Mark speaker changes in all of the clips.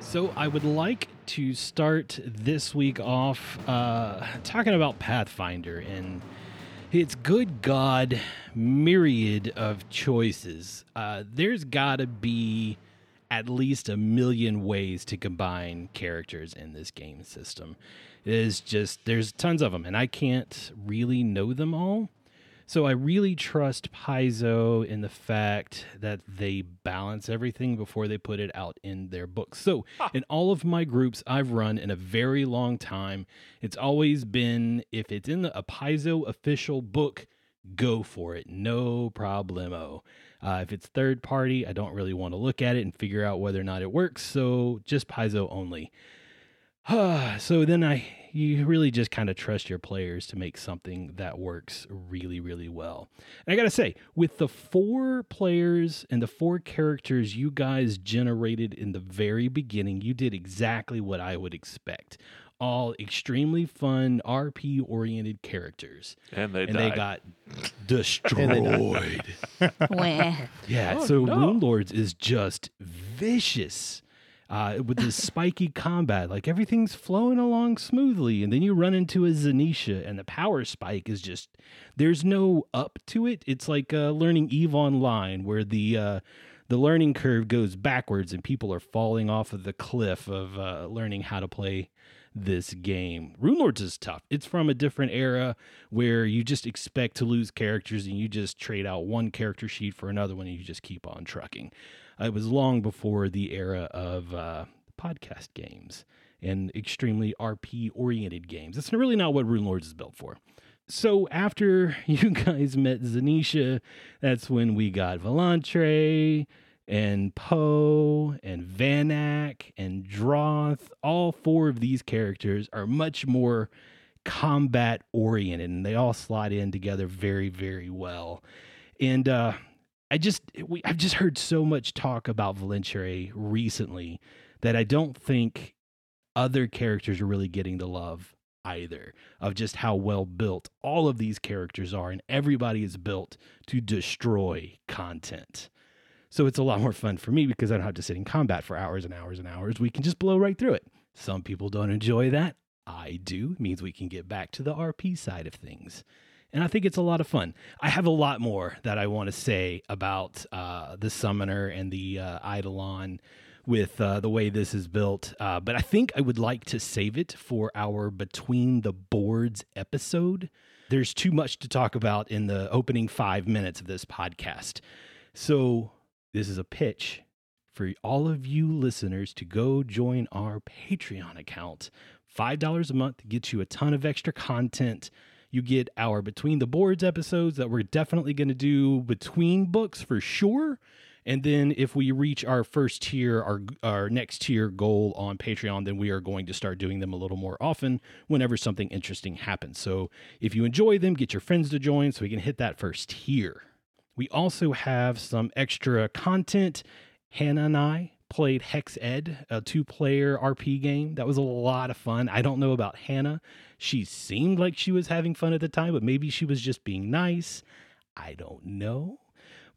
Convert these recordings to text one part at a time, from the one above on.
Speaker 1: So I would like to start this week off uh, talking about Pathfinder and its good God myriad of choices. Uh, there's got to be at least a million ways to combine characters in this game system. It is just there's tons of them, and I can't really know them all. So I really trust Paizo in the fact that they balance everything before they put it out in their books. So in all of my groups I've run in a very long time, it's always been if it's in a Paizo official book, go for it, no problemo. Uh, if it's third party, I don't really want to look at it and figure out whether or not it works. So just Paizo only. Ah, so then I you really just kind of trust your players to make something that works really really well. And I got to say, with the four players and the four characters you guys generated in the very beginning, you did exactly what I would expect. All extremely fun RP oriented characters.
Speaker 2: And they
Speaker 1: and
Speaker 2: died.
Speaker 1: they got destroyed.
Speaker 3: Wah.
Speaker 1: Yeah,
Speaker 2: Oh,
Speaker 1: so
Speaker 2: no.
Speaker 1: Rune Lords is just vicious uh, with this spiky combat. Like everything's flowing along smoothly, and then you run into a Zanisha, and the power spike is just there's no up to it. It's like uh, learning Eve Online, where the uh, the learning curve goes backwards, and people are falling off of the cliff of uh, learning how to play this game. Rune Lords is tough. It's from a different era where you just expect to lose characters and you just trade out one character sheet for another one and you just keep on trucking. Uh, It was long before the era of uh, podcast games and extremely RP oriented games. It's really not what Rune Lords is built for. So after you guys met Zanisha, that's when we got Volantre and Poe and Vanak and Droth. All four of these characters are much more combat oriented and they all slot in together very, very well. And uh I just we I've just heard so much talk about Valenture recently that I don't think other characters are really getting the love either of just how well built all of these characters are and everybody is built to destroy content. So it's a lot more fun for me because I don't have to sit in combat for hours and hours and hours. We can just blow right through it. Some people don't enjoy that. I do. It means we can get back to the RP side of things. And I think it's a lot of fun. I have a lot more that I want to say about uh, the Summoner and the uh, Eidolon with uh, the way this is built. Uh, but I think I would like to save it for our Between the Boards episode. There's too much to talk about in the opening five minutes of this podcast. So this is a pitch for all of you listeners to go join our Patreon account. $5 a month gets you a ton of extra content. You get our Between the Boards episodes that we're definitely going to do between books for sure. And then if we reach our first tier, our our next tier goal on Patreon, then we are going to start doing them a little more often whenever something interesting happens. So if you enjoy them, get your friends to join so we can hit that first tier. We also have some extra content. Hannah and I played Hex Ed, a two player RP game. That was a lot of fun. I don't know about Hannah. She seemed like she was having fun at the time, but maybe she was just being nice. I don't know.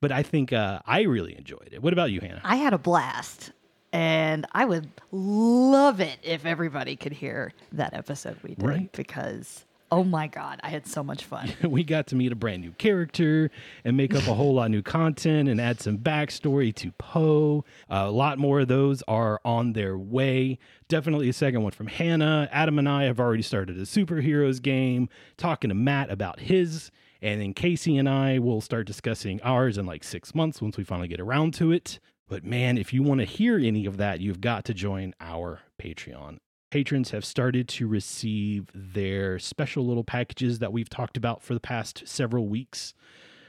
Speaker 1: But I think uh, I really enjoyed it. What about you, Hannah?
Speaker 3: I had a blast, and I would love it if everybody could hear that episode we did
Speaker 1: Right.
Speaker 3: because oh my god, I had so much fun.
Speaker 1: we got to meet a brand new character and make up a whole lot of new content and add some backstory to Poe. Uh, a lot more of those are on their way. Definitely a second one from Hannah. Adam and I have already started a superheroes game, talking to Matt about his. And then Casey and I will start discussing ours in like six months once we finally get around to it. But man, if you want to hear any of that, you've got to join our Patreon patrons have started to receive their special little packages that we've talked about for the past several weeks.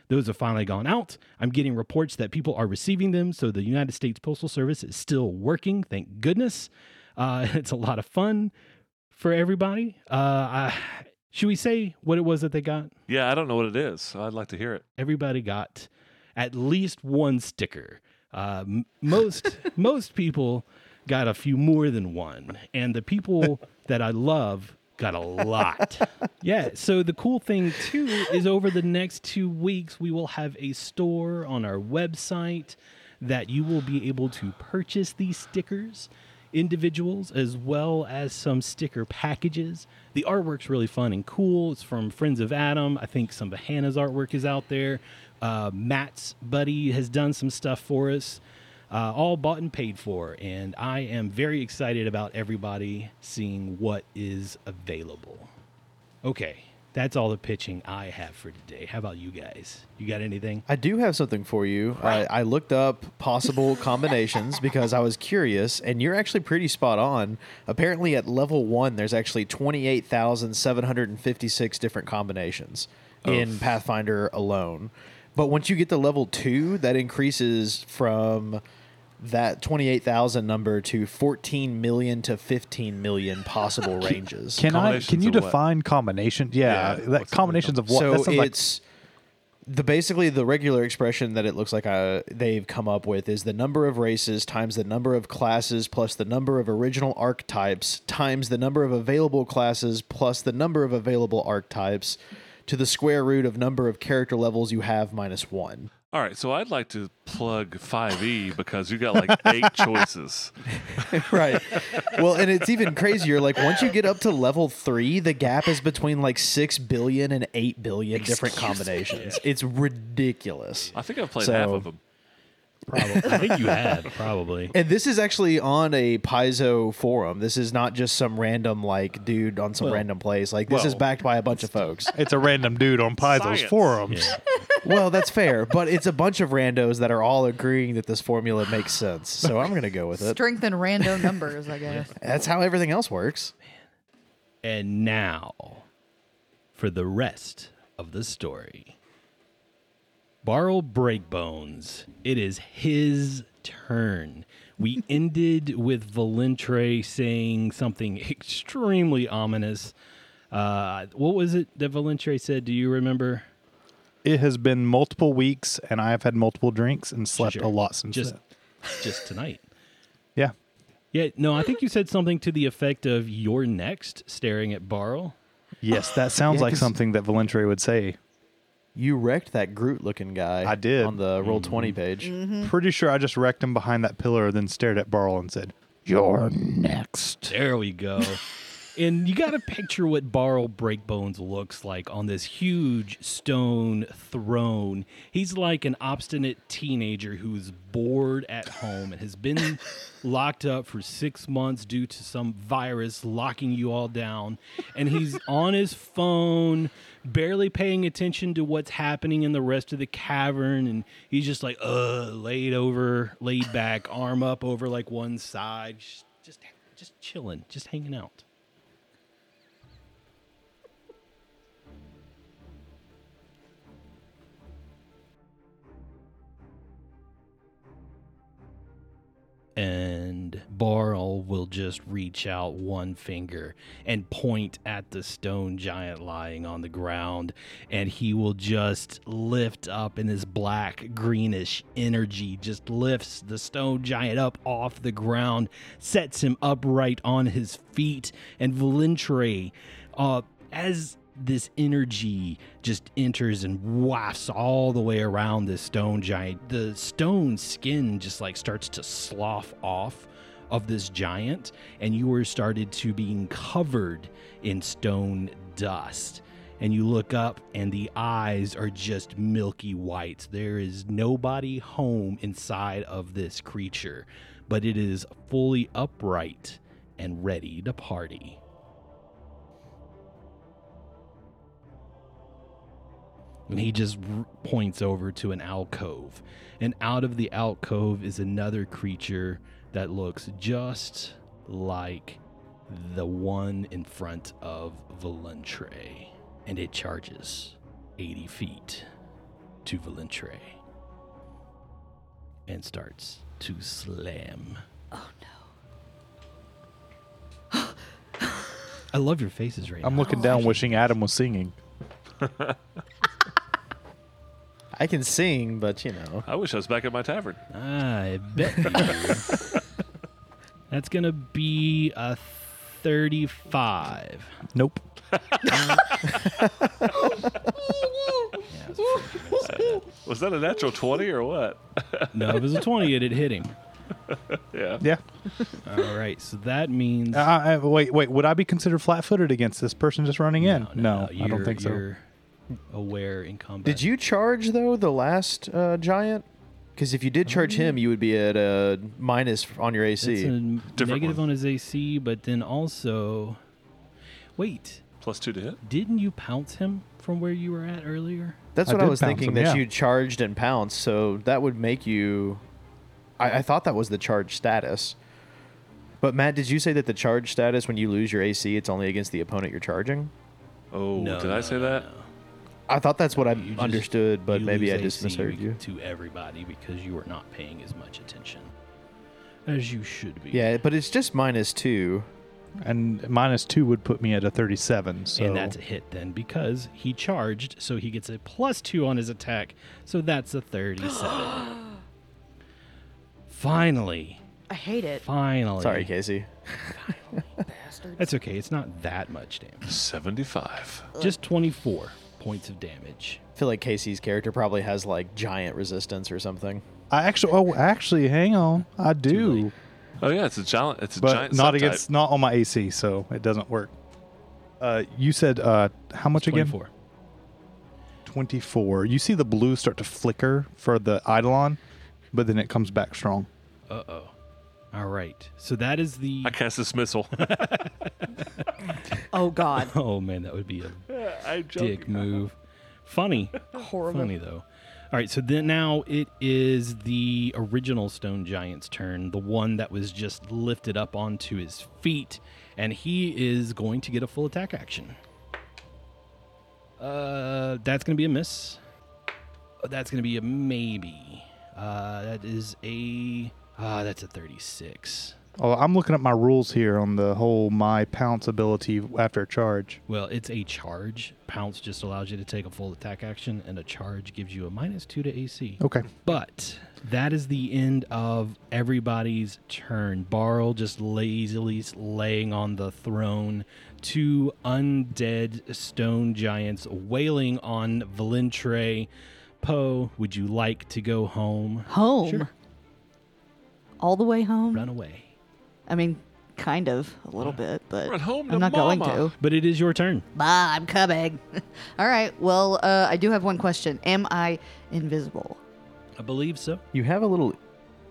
Speaker 1: Those have finally gone out. I'm getting reports that people are receiving them, so the United States Postal Service is still working, thank goodness. Uh, it's a lot of fun for everybody. Uh, I, should we say what it was that they got?
Speaker 2: yeah, I don't know what it is. So I'd like to hear it.
Speaker 1: everybody got at least one sticker. Uh, m- most most people got a few more than one, and the people that I love got a lot. yeah. So the cool thing too is over the next two weeks we will have a store on our website that you will be able to purchase these stickers. individuals as well as some sticker packages. The artwork's really fun and cool. It's from Friends of Adam. I think some of Hannah's artwork is out there. Uh, Matt's buddy has done some stuff for us, uh, all bought and paid for. And I am very excited about everybody seeing what is available. Okay, that's all the pitching I have for today. How about you guys? You got anything?
Speaker 4: I do have something for you. I, I looked up possible combinations because I was curious, and you're actually pretty spot on. Apparently, at level one, there's actually 28,756 different combinations in Pathfinder alone. But once you get to level two, that increases from that 28,000 number to 14 million to 15 million possible ranges.
Speaker 5: Can I? Can
Speaker 2: Combinations
Speaker 5: you
Speaker 2: of what?
Speaker 5: define combination? Yeah,
Speaker 2: Yeah, what's
Speaker 5: that
Speaker 2: it-
Speaker 5: combinations of what?
Speaker 4: So
Speaker 5: that sounds like
Speaker 4: it's the basically the regular expression that it looks like uh they've come up with is the number of races times the number of classes plus the number of original archetypes times the number of available classes plus the number of available archetypes to the square root of number of character levels you have minus one.
Speaker 2: All right, so I'd like to plug 5e because you got like eight choices.
Speaker 4: right. Well, and it's even crazier. Like once you get up to level three, the gap is between like six billion and eight billion different combinations. It's ridiculous.
Speaker 2: I think I've played
Speaker 4: So-
Speaker 2: half of them.
Speaker 1: Probably. I think you had, probably.
Speaker 4: And this is actually on a Paizo forum. This is not just some random like dude on some random place. Like this is
Speaker 2: well,
Speaker 4: backed by a bunch of folks.
Speaker 5: it's a random dude on Paizo's
Speaker 2: Science.
Speaker 5: forums.
Speaker 4: well, that's fair, but it's a bunch of randos that are all agreeing that this formula makes sense. So I'm gonna go with it.
Speaker 3: Strength and random numbers, I guess.
Speaker 4: That's how everything else works.
Speaker 1: And now for the rest of the story. Barrel Breakbones. It is his turn. We ended with Valentre saying something extremely ominous. Uh, what was it that Valentre said? Do you remember?
Speaker 5: It has been multiple weeks, and I have had multiple drinks and slept
Speaker 1: Sure.
Speaker 5: a lot since
Speaker 1: Just,
Speaker 5: then.
Speaker 1: just tonight.
Speaker 5: Yeah,
Speaker 1: Yeah, no, I think you said something to the effect of "You're next," staring at Barrel.
Speaker 5: yes, that sounds
Speaker 4: Yeah,
Speaker 5: like
Speaker 4: 'cause-
Speaker 5: something that Valentre would say.
Speaker 4: You wrecked that Groot looking guy.
Speaker 5: I did. Mm-hmm.
Speaker 4: on the roll twenty page.
Speaker 5: Pretty sure I just wrecked him behind that pillar, then stared at Barl and said, "You're next."
Speaker 1: There we go. and you got to picture what Barrel Breakbones looks like on this huge stone throne. He's like an obstinate teenager who's bored at home and has been locked up for six months due to some virus locking you all down. And he's on his phone, barely paying attention to what's happening in the rest of the cavern. And he's just like, uh, laid over, laid back, arm up over like one side. Just, just just chilling, just hanging out. And Barl will just reach out one finger and point at the stone giant lying on the ground. And he will just lift up in his black, greenish energy, just lifts the stone giant up off the ground, sets him upright on his feet. And Valentre, uh, as this energy just enters and wafts all the way around this stone giant. The stone skin just like starts to slough off of this giant, and you are started to being covered in stone dust. And you look up, and the eyes are just milky white. There is nobody home inside of this creature, but it is fully upright and ready to party. And he just r- points over to an alcove. And out of the alcove is another creature that looks just like the one in front of Valentre. And it charges 80 feet to Valentre and starts to slam.
Speaker 3: Oh no.
Speaker 1: I love your faces right
Speaker 5: I'm
Speaker 1: now.
Speaker 5: looking down, wishing Adam was singing.
Speaker 4: I can sing, but you
Speaker 5: Uh,
Speaker 4: know.
Speaker 2: I wish I was back at my tavern.
Speaker 1: I bet you. do. That's going to be a 35.
Speaker 5: Nope.
Speaker 2: Was that a natural 20 or what?
Speaker 1: No, if it was a 20, it'd hit him.
Speaker 2: Yeah.
Speaker 5: Yeah.
Speaker 1: All right, so that means
Speaker 5: Uh, I, I- wait, wait. Would I be considered flat-footed against this person just running in? No, I
Speaker 1: you're-
Speaker 5: don't think so.
Speaker 1: Oh, you're aware in combat.
Speaker 4: Did you charge though the last uh, giant? Because if you did charge him, you would be at a minus on your
Speaker 1: That's
Speaker 4: AC.
Speaker 1: a
Speaker 2: Different
Speaker 1: negative
Speaker 2: one.
Speaker 1: on his AC, but then also, wait,
Speaker 2: Plus two to hit.
Speaker 1: didn't you pounce him from where you were at earlier?
Speaker 4: That's
Speaker 5: I
Speaker 4: what I,
Speaker 5: did
Speaker 4: was
Speaker 5: pounce
Speaker 4: thinking.
Speaker 5: him,
Speaker 4: that
Speaker 5: yeah.
Speaker 4: you charged and pounced, so that would make you. I, I thought that was the charge status. But Matt, did you say that the charge status when you lose your AC, it's only against the opponent you're charging?
Speaker 2: Oh,
Speaker 1: No,
Speaker 2: did
Speaker 1: no,
Speaker 2: I say
Speaker 1: no,
Speaker 2: that?
Speaker 4: I thought that's what I
Speaker 1: You just-
Speaker 4: understood, but
Speaker 1: you
Speaker 4: maybe I
Speaker 1: lose
Speaker 4: just
Speaker 1: AC
Speaker 4: misheard you.
Speaker 1: to everybody because you were not paying as much attention as you should be.
Speaker 4: Yeah, but it's just minus two.
Speaker 5: And minus two would put me at a thirty-seven. So
Speaker 1: And that's a hit then because he charged, so he gets a plus two on his attack. So that's a 37. finally.
Speaker 3: I hate it.
Speaker 1: Finally.
Speaker 4: Sorry, Casey.
Speaker 1: That's okay. It's not that much damage.
Speaker 2: 75.
Speaker 1: Just 24 points of damage.
Speaker 4: I feel like Casey's character probably has like giant resistance or something.
Speaker 5: I actually. Oh, actually, hang on. I do,
Speaker 2: Oh, yeah, it's a giant. It's a
Speaker 5: but
Speaker 2: giant
Speaker 5: not
Speaker 2: subtype.
Speaker 5: against, not on my AC, so it doesn't work. Uh, you said uh, how much again?
Speaker 1: 24.
Speaker 5: 24. You see the blue start to flicker for the Eidolon, but then it comes back strong.
Speaker 1: Uh oh. All right. So that is the.
Speaker 2: I cast this missile.
Speaker 3: Oh God,
Speaker 1: Oh man, that would be a
Speaker 2: I
Speaker 1: dick move. Funny.
Speaker 3: horrible.
Speaker 1: Funny though. All right, so then now it is the original stone giant's turn, the one that was just lifted up onto his feet, and he is going to get a full attack action. Uh, that's going to be a miss. Uh, That's going to be a maybe. Uh, that is a ah, that's a thirty-six.
Speaker 5: Oh, I'm looking at my rules here on the whole my pounce ability after charge.
Speaker 1: Well, it's a charge. Pounce just allows you to take a full attack action, and a charge gives you a minus two to AC.
Speaker 5: Okay.
Speaker 1: But that is the end of everybody's turn. Barl just lazily laying on the throne. Two undead stone giants wailing on Valentre. Poe, would you like to go home?
Speaker 3: Home.
Speaker 1: Sure.
Speaker 3: All the way home.
Speaker 1: Run away.
Speaker 3: I mean, kind of a little bit, but
Speaker 2: Run home to
Speaker 3: I'm not
Speaker 2: mama.
Speaker 3: going to.
Speaker 1: But it is your turn.
Speaker 3: Bah, I'm coming. All right. Well, uh, I do have one question. Am I invisible?
Speaker 1: I believe so.
Speaker 4: You have a little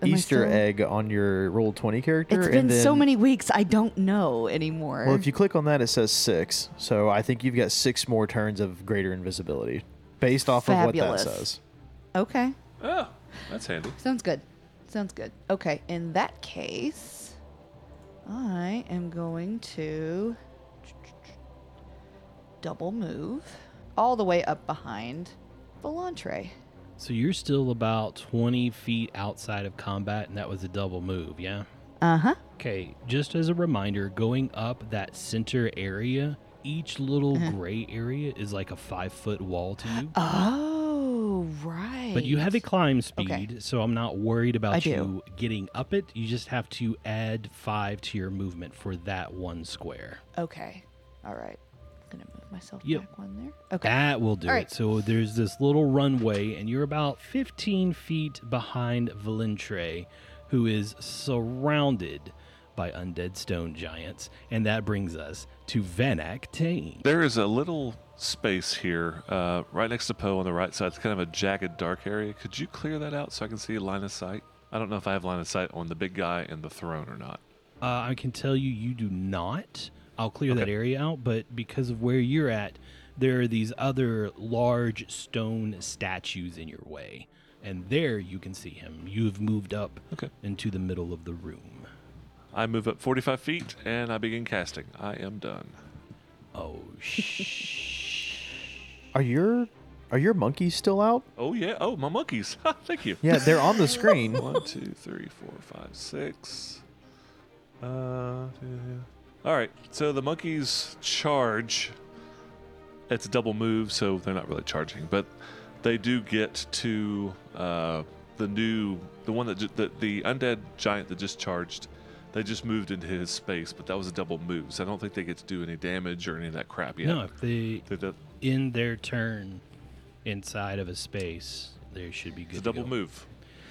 Speaker 3: Am I
Speaker 4: Easter
Speaker 3: still-
Speaker 4: egg on your roll twenty character.
Speaker 3: It's
Speaker 4: and
Speaker 3: been so
Speaker 4: then-
Speaker 3: many weeks. I don't know anymore.
Speaker 4: Well, if you click on that, it says six. So I think you've got six more turns of greater invisibility, based off
Speaker 3: Fabulous.
Speaker 4: of what that says.
Speaker 3: okay,
Speaker 2: Oh, that's handy.
Speaker 3: sounds good. Sounds good. Okay. In that case, I am going to double move all the way up behind Volantre.
Speaker 1: So you're still about 20 feet outside of combat, and that was a double move, yeah?
Speaker 3: Uh huh.
Speaker 1: Okay, just as a reminder, going up that center area, each little
Speaker 3: Mm-hmm.
Speaker 1: gray area is like a five foot wall to you.
Speaker 3: Oh, right.
Speaker 1: But you have a climb speed,
Speaker 3: Okay.
Speaker 1: so I'm not worried
Speaker 3: I
Speaker 1: about
Speaker 3: do.
Speaker 1: you getting up it. You just have to add five to your movement for that one square.
Speaker 3: Okay. All right. I'm going to move myself
Speaker 1: Yep.
Speaker 3: back one there. Okay.
Speaker 1: That will do
Speaker 3: All
Speaker 1: it.
Speaker 3: right.
Speaker 1: So there's this little runway, and you're about 15 feet behind Valentre, who is surrounded by undead stone giants. And that brings us to Vanak Tane.
Speaker 2: There is a little space here, uh, right next to Poe on the right side. It's kind of a jagged, dark area. Could you clear that out so I can see line of sight? I don't know if I have line of sight on the big guy and the throne or not.
Speaker 1: Uh, I can tell you, you do not. I'll clear that area out, but because of where you're at, there are these other large stone statues in your way. And there you can see him. You've moved up
Speaker 2: Okay.
Speaker 1: into the middle of the room.
Speaker 2: I move up 45 feet and I begin casting. I am done.
Speaker 1: Oh, shh.
Speaker 4: Are your are your monkeys still out?
Speaker 2: Oh, yeah. Oh, my monkeys. Thank you.
Speaker 4: Yeah, they're on the screen.
Speaker 2: One, two, three, four, five, six. Uh, yeah. All right. So the monkeys charge. It's a double move, so they're not really charging, but they do get to uh, the new, the one that ju- the, the undead giant that just charged. They just moved into his space, but that was a double move, so I don't think they get to do any damage or any of that crap yet.
Speaker 1: No, if they
Speaker 2: They- that-
Speaker 1: in their turn inside of a space, they should be good.
Speaker 2: It's a
Speaker 1: to
Speaker 2: double
Speaker 1: go.
Speaker 2: move.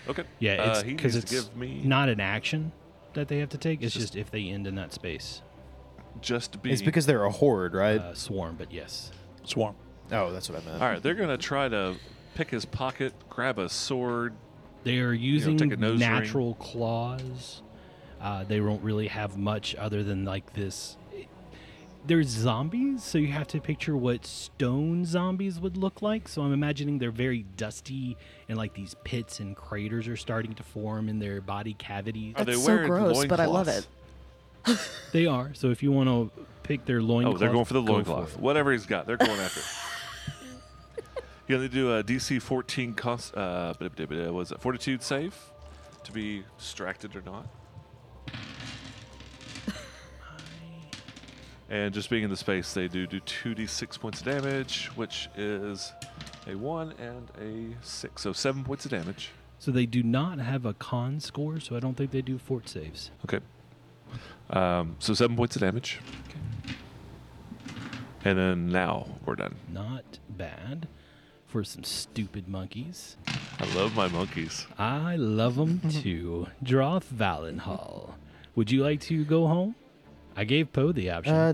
Speaker 2: Okay.
Speaker 1: Yeah,
Speaker 2: Uh,
Speaker 1: it's
Speaker 2: he
Speaker 1: because
Speaker 2: needs
Speaker 1: it's
Speaker 2: to give me
Speaker 1: not an action that they have to take. It's
Speaker 2: just-
Speaker 1: just if they end in that space
Speaker 2: just be.
Speaker 4: It's because they're a horde, right?
Speaker 1: uh, swarm. But yes,
Speaker 5: Swarm.
Speaker 4: oh, that's what I meant.
Speaker 2: All right, they're gonna try to pick his pocket, grab a sword.
Speaker 1: they are using
Speaker 2: take a nose ring.
Speaker 1: natural claws. Uh, they don't really have much other than like this. They're zombies, so you have to picture what stone zombies would look like. So I'm imagining they're very dusty, and like these pits and craters are starting to form in their body cavities.
Speaker 2: Are they
Speaker 3: That's so
Speaker 2: wearing
Speaker 3: gross, but I love
Speaker 2: loincloths?
Speaker 1: They are. So if you want to pick their loincloth,
Speaker 2: Oh, they're going for the
Speaker 1: go
Speaker 2: loincloth.
Speaker 1: it.
Speaker 2: Whatever he's got, they're going after. it. You're gonna do a DC 14 cost. Uh, blah, blah, blah, was it fortitude save to be distracted or not? And just being in the space, they do do 2d6 points of damage, which is a 1 and a 6. So 7 points of damage.
Speaker 1: So they do not have a con score, so I don't think they do fort saves.
Speaker 2: Okay. Um, so seven points of damage. And then now we're done.
Speaker 1: Not bad for some stupid monkeys.
Speaker 2: I love my monkeys.
Speaker 1: I love them too. Droth Valenhall. Would you like to go home? I gave Poe the option.
Speaker 4: Uh,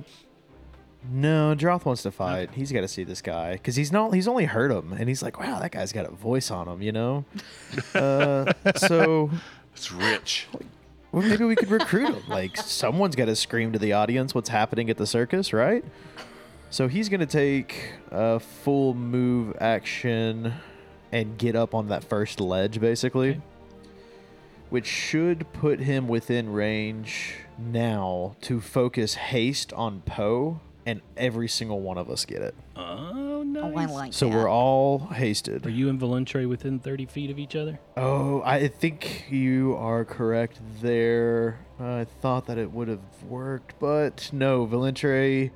Speaker 4: no, Droth wants to fight. He's got to see this guy because he's not. He's only heard him, and he's like, "Wow, that guy's got a voice on him," you know. uh, so
Speaker 2: It's rich.
Speaker 4: well, maybe we could recruit him. Like someone's got to scream to the audience what's happening at the circus, right? So he's gonna take a full move action and get up on that first ledge, basically,
Speaker 1: Okay.
Speaker 4: which should put him within range now to focus haste on Poe, and every single one of us get it.
Speaker 1: oh, nice.
Speaker 3: Oh, I like
Speaker 4: So
Speaker 3: that.
Speaker 4: we're all
Speaker 1: Are
Speaker 4: hasted.
Speaker 1: you and Valentre within 30 feet of each other?
Speaker 4: Oh, I think you are correct there. I thought that it would have worked, but no, Valentre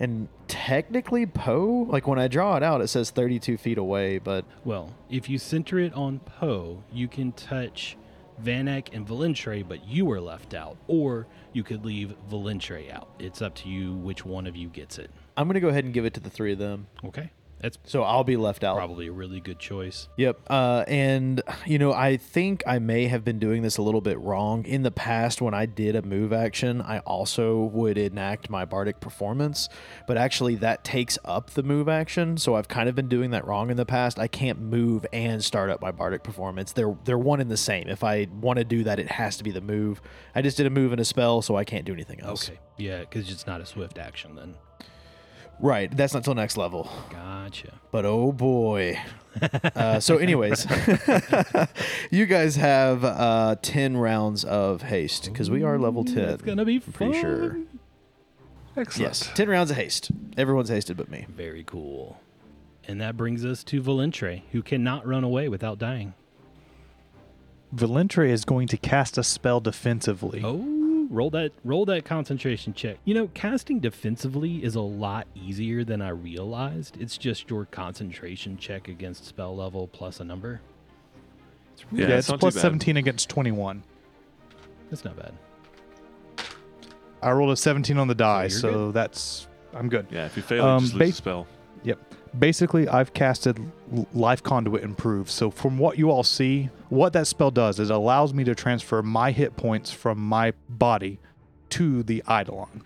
Speaker 4: and technically Poe. Like when I draw it out, it says 32 feet away, but
Speaker 1: Well, if you center it on Poe, you can touch Vanek and Valentre, but you are left out. Or you could leave Valentre out. It's up to you which one of you gets it.
Speaker 4: I'm going to go ahead and give it to the three of them.
Speaker 1: Okay. That's
Speaker 4: So I'll be left out.
Speaker 1: probably a really good choice.
Speaker 4: Yep. Uh, and, you know, I think I may have been doing this a little bit wrong. In the past, when I did a move action, I also would enact my bardic performance, but actually that takes up the move action. So I've kind of been doing that wrong in the past. I can't move and start up my bardic performance. They're, they're one and the same. If I want to do that, it has to be the move. I just did a move and a spell, so I can't do anything else.
Speaker 1: Okay. Yeah, because it's not a swift action then.
Speaker 4: Right. That's not till next level.
Speaker 1: Gotcha.
Speaker 4: but oh boy. uh, so, anyways, you guys have uh, 10 rounds of haste because we are level 10.
Speaker 1: It's gonna be fun.
Speaker 4: Pretty sure.
Speaker 2: Excellent.
Speaker 4: Yes, 10 rounds of haste. Everyone's hasted but me.
Speaker 1: Very cool. And that brings us to Valentre, who cannot run away without dying.
Speaker 5: Valentre is going to cast a spell defensively.
Speaker 1: Oh, roll that roll that concentration check. You know, casting defensively is a lot easier than I realized. It's just your concentration check against spell level plus a number.
Speaker 2: Yeah,
Speaker 5: yeah,
Speaker 2: it's
Speaker 5: it's
Speaker 2: not too
Speaker 5: plus
Speaker 2: bad.
Speaker 5: 17 against 21.
Speaker 1: That's not bad.
Speaker 5: I rolled a 17 on the die,
Speaker 1: So
Speaker 5: so,
Speaker 1: you're
Speaker 5: that's I'm good.
Speaker 2: Yeah, if you fail,
Speaker 5: Um,
Speaker 2: you just lose
Speaker 5: ba-
Speaker 2: the spell.
Speaker 5: Yep. Basically, I've casted L- Life Conduit Improve. So from what you all see, what that spell does is it allows me to transfer my hit points from my body to the Eidolon.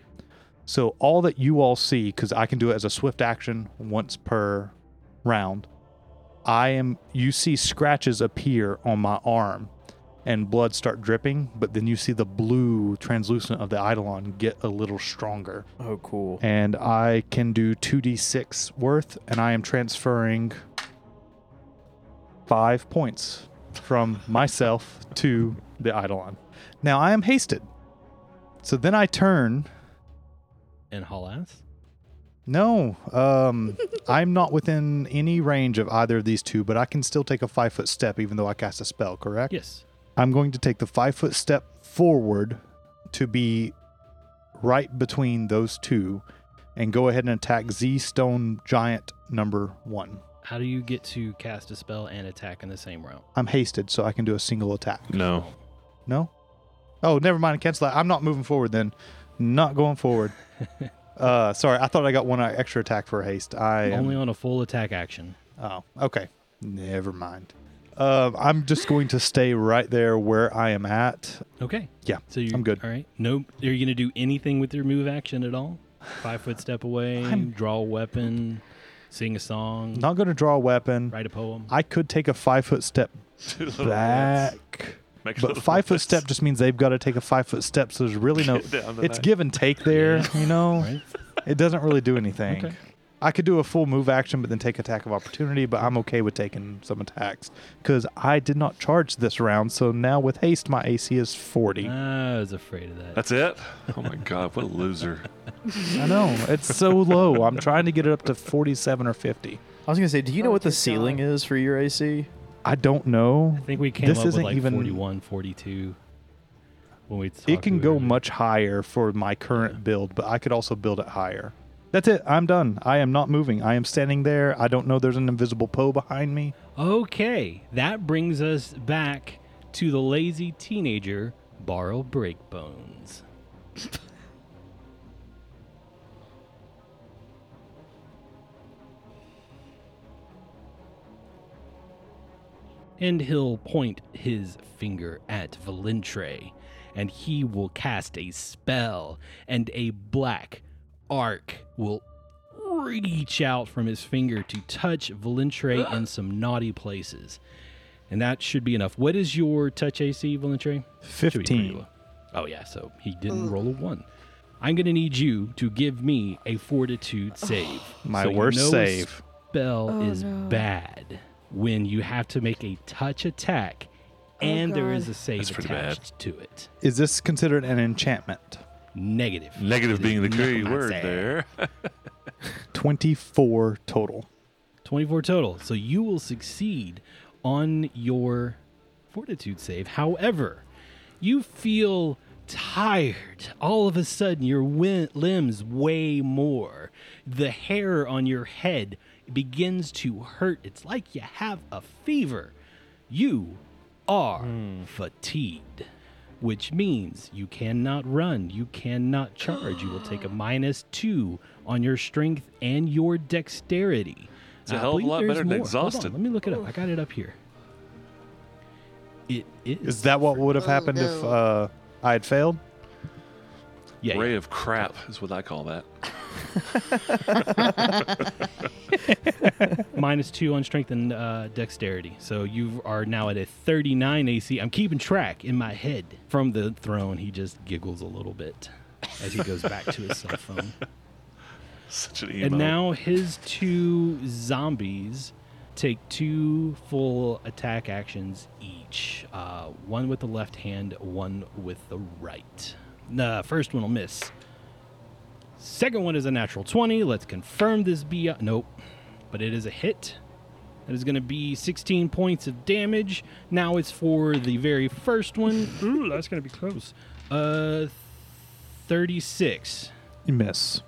Speaker 5: So all that you all see, because I can do it as a swift action once per round, I am you see scratches appear on my arm and blood start dripping, but then you see the blue translucent of the Eidolon get a little stronger
Speaker 4: Oh, cool.
Speaker 5: and I can do 2d6 worth, and I am transferring five points from myself to the Eidolon. Now I am hasted. So then I turn.
Speaker 1: And haul ass.
Speaker 5: No, um, I'm not within any range of either of these two, but I can still take a five foot step even though I cast a spell, correct?
Speaker 1: Yes.
Speaker 5: I'm going to take the five foot step forward to be right between those two and go ahead and attack Z Stone Giant number one.
Speaker 1: How do you get to cast a spell and attack in the same round?
Speaker 5: I'm hasted, so I can do a single attack.
Speaker 2: No.
Speaker 5: No? Oh, never mind. Cancel that. I'm not moving forward then. Not going forward. uh, sorry. I thought I got one extra attack for haste. I am-
Speaker 1: Only on a full attack action.
Speaker 5: Oh, okay. Never mind. Uh, I'm just going to stay right there where I am at.
Speaker 1: Okay.
Speaker 5: Yeah,
Speaker 1: So you
Speaker 5: I'm good.
Speaker 1: All right. No, are you going to do anything with your move action at all? Five foot step away, draw a weapon, sing a song,
Speaker 5: Not going to draw a weapon.
Speaker 1: write a poem.
Speaker 5: I could take a five foot step
Speaker 2: Two little
Speaker 5: back.
Speaker 2: Make a
Speaker 5: But
Speaker 2: little
Speaker 5: five foot
Speaker 2: list.
Speaker 5: step just means they've got to take a five foot step. So there's really no.
Speaker 2: Get down to
Speaker 5: It's
Speaker 2: that.
Speaker 5: give and take there, you know?
Speaker 1: Right?
Speaker 5: It doesn't really do anything.
Speaker 1: Okay.
Speaker 5: I could do a full move action, but then take attack of opportunity. But I'm okay with taking some attacks because I did not charge this round. So now with haste, my AC is 40.
Speaker 1: I was afraid of that.
Speaker 2: That's it. Oh my god, what a loser!
Speaker 5: I know it's so low. I'm trying to get it up to 47 or 50.
Speaker 4: I was gonna say, do you know
Speaker 3: Oh,
Speaker 4: what the
Speaker 3: good
Speaker 4: ceiling
Speaker 3: God.
Speaker 4: is for your AC?
Speaker 5: I don't know.
Speaker 1: I think we came
Speaker 5: This
Speaker 1: up with
Speaker 5: isn't
Speaker 1: like
Speaker 5: even-
Speaker 1: 41, 42 when we talked
Speaker 5: It can
Speaker 1: to
Speaker 5: go
Speaker 1: earlier.
Speaker 5: much higher for my current build, but I could also build it higher. That's it. I'm done. I am not moving. I am standing there. I don't know there's an invisible Poe behind me.
Speaker 1: Okay, that brings us back to the lazy teenager, Barrel Breakbones. and he'll point his finger at Valentre, and he will cast a spell, and a black arc will reach out from his finger to touch Valentre in some naughty places. And that should be enough. What is your touch AC, Valentre? Should be pretty
Speaker 5: 15.
Speaker 1: low. Oh, yeah, so he didn't roll a one. I'm going to need you to give me a fortitude save.
Speaker 5: My
Speaker 1: So you
Speaker 5: worst
Speaker 1: know a
Speaker 5: save.
Speaker 1: spell is bad when you have to make a touch attack and there is a save
Speaker 2: That's pretty bad.
Speaker 1: attached to it.
Speaker 5: Is this considered an enchantment?
Speaker 1: Negative. It
Speaker 2: Negative
Speaker 1: is
Speaker 2: being the key
Speaker 1: not
Speaker 2: word
Speaker 1: sad.
Speaker 2: there.
Speaker 5: 24 total.
Speaker 1: 24 total. So you will succeed on your fortitude save. However, you feel tired. All of a sudden, your win- limbs weigh more. The hair on your head begins to hurt. It's like you have a fever. You are fatigued, which means you cannot run, you cannot charge. You will take a minus two on your strength and your dexterity.
Speaker 2: It's a
Speaker 1: I
Speaker 2: hell of a
Speaker 1: believe
Speaker 2: lot
Speaker 1: there's
Speaker 2: better than
Speaker 1: more. Hold on,
Speaker 2: exhausted.
Speaker 1: Let me look it up. I got it up here. It is.
Speaker 5: Is that what would have happened if uh, I had failed?
Speaker 1: Yeah,
Speaker 2: Ray
Speaker 1: yeah.
Speaker 2: of crap is what I call that.
Speaker 1: minus two on strength and uh, dexterity. So you are now at a 39 AC. I'm keeping track in my head. From the throne, he just giggles a little bit as he goes back to his cell phone.
Speaker 2: Such an emo.
Speaker 1: And now his two zombies take two full attack actions each. Uh, one with the left hand, one with the right. The first one will miss. Second one is a natural 20. Let's confirm this be nope. But it is a hit. That is going to be 16 points of damage. Now it's for the very first one. Ooh, that's going to be close. Uh 36.
Speaker 5: You miss.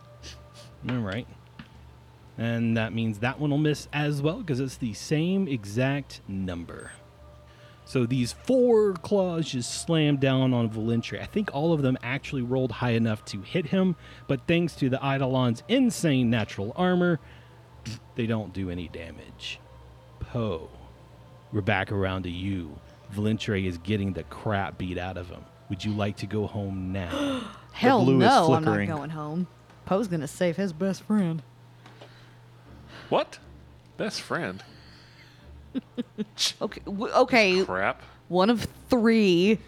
Speaker 1: All right. And that means that one will miss as well because it's the same exact number. So these four claws just slam down on Valentre. I think all of them actually rolled high enough to hit him, but thanks to the Eidolon's insane natural armor, they don't do any damage. Poe, we're back around to you. Valentre is getting the crap beat out of him. Would you like to go home now?
Speaker 3: Hell
Speaker 5: blue is
Speaker 3: no, I'm not
Speaker 5: flickering.
Speaker 3: going home. Poe's gonna save his best friend.
Speaker 2: what? Best friend?
Speaker 3: Okay, w- okay,
Speaker 2: Crap.
Speaker 3: one of three.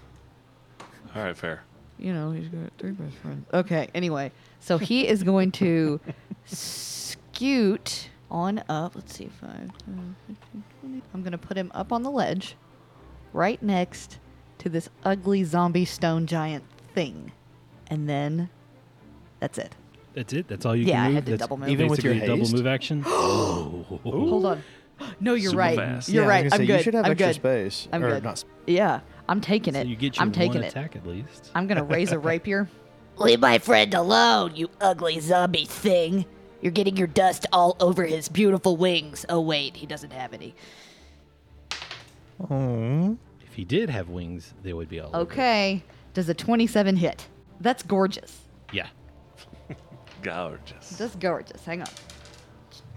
Speaker 2: All right, fair.
Speaker 3: You know, he's got three best friends. Okay, anyway, so he is going to scoot on up. Let's see, five. ten, 15, 20. I'm gonna put him up on the ledge, right next to this ugly zombie stone giant thing, and then that's it.
Speaker 1: That's it. That's all you
Speaker 3: Yeah, I
Speaker 1: can move.
Speaker 3: had to
Speaker 1: That's
Speaker 3: double move.
Speaker 4: Even with your
Speaker 1: basically a
Speaker 4: haste?
Speaker 1: double move action.
Speaker 3: Hold on. No, you're
Speaker 2: Super
Speaker 3: right.
Speaker 2: fast.
Speaker 3: You're
Speaker 4: Yeah, I
Speaker 3: right.
Speaker 4: was
Speaker 3: I'm
Speaker 4: gonna say,
Speaker 3: good.
Speaker 4: You should have
Speaker 3: I'm
Speaker 4: extra
Speaker 3: good.
Speaker 4: space.
Speaker 3: I'm
Speaker 4: or
Speaker 3: good.
Speaker 4: not s-
Speaker 3: Yeah, I'm taking it.
Speaker 1: So you get your
Speaker 3: I'm taking
Speaker 1: one
Speaker 3: it.
Speaker 1: attack at least.
Speaker 3: I'm gonna raise a rapier.
Speaker 6: Leave my friend alone, you ugly zombie thing. You're getting your dust all over his beautiful wings. Oh, wait, he doesn't have any.
Speaker 1: If he did have wings, they would be all over.
Speaker 3: Okay. Does a 27 hit? That's gorgeous.
Speaker 1: Yeah.
Speaker 2: Gorgeous.
Speaker 3: That's gorgeous. Hang on.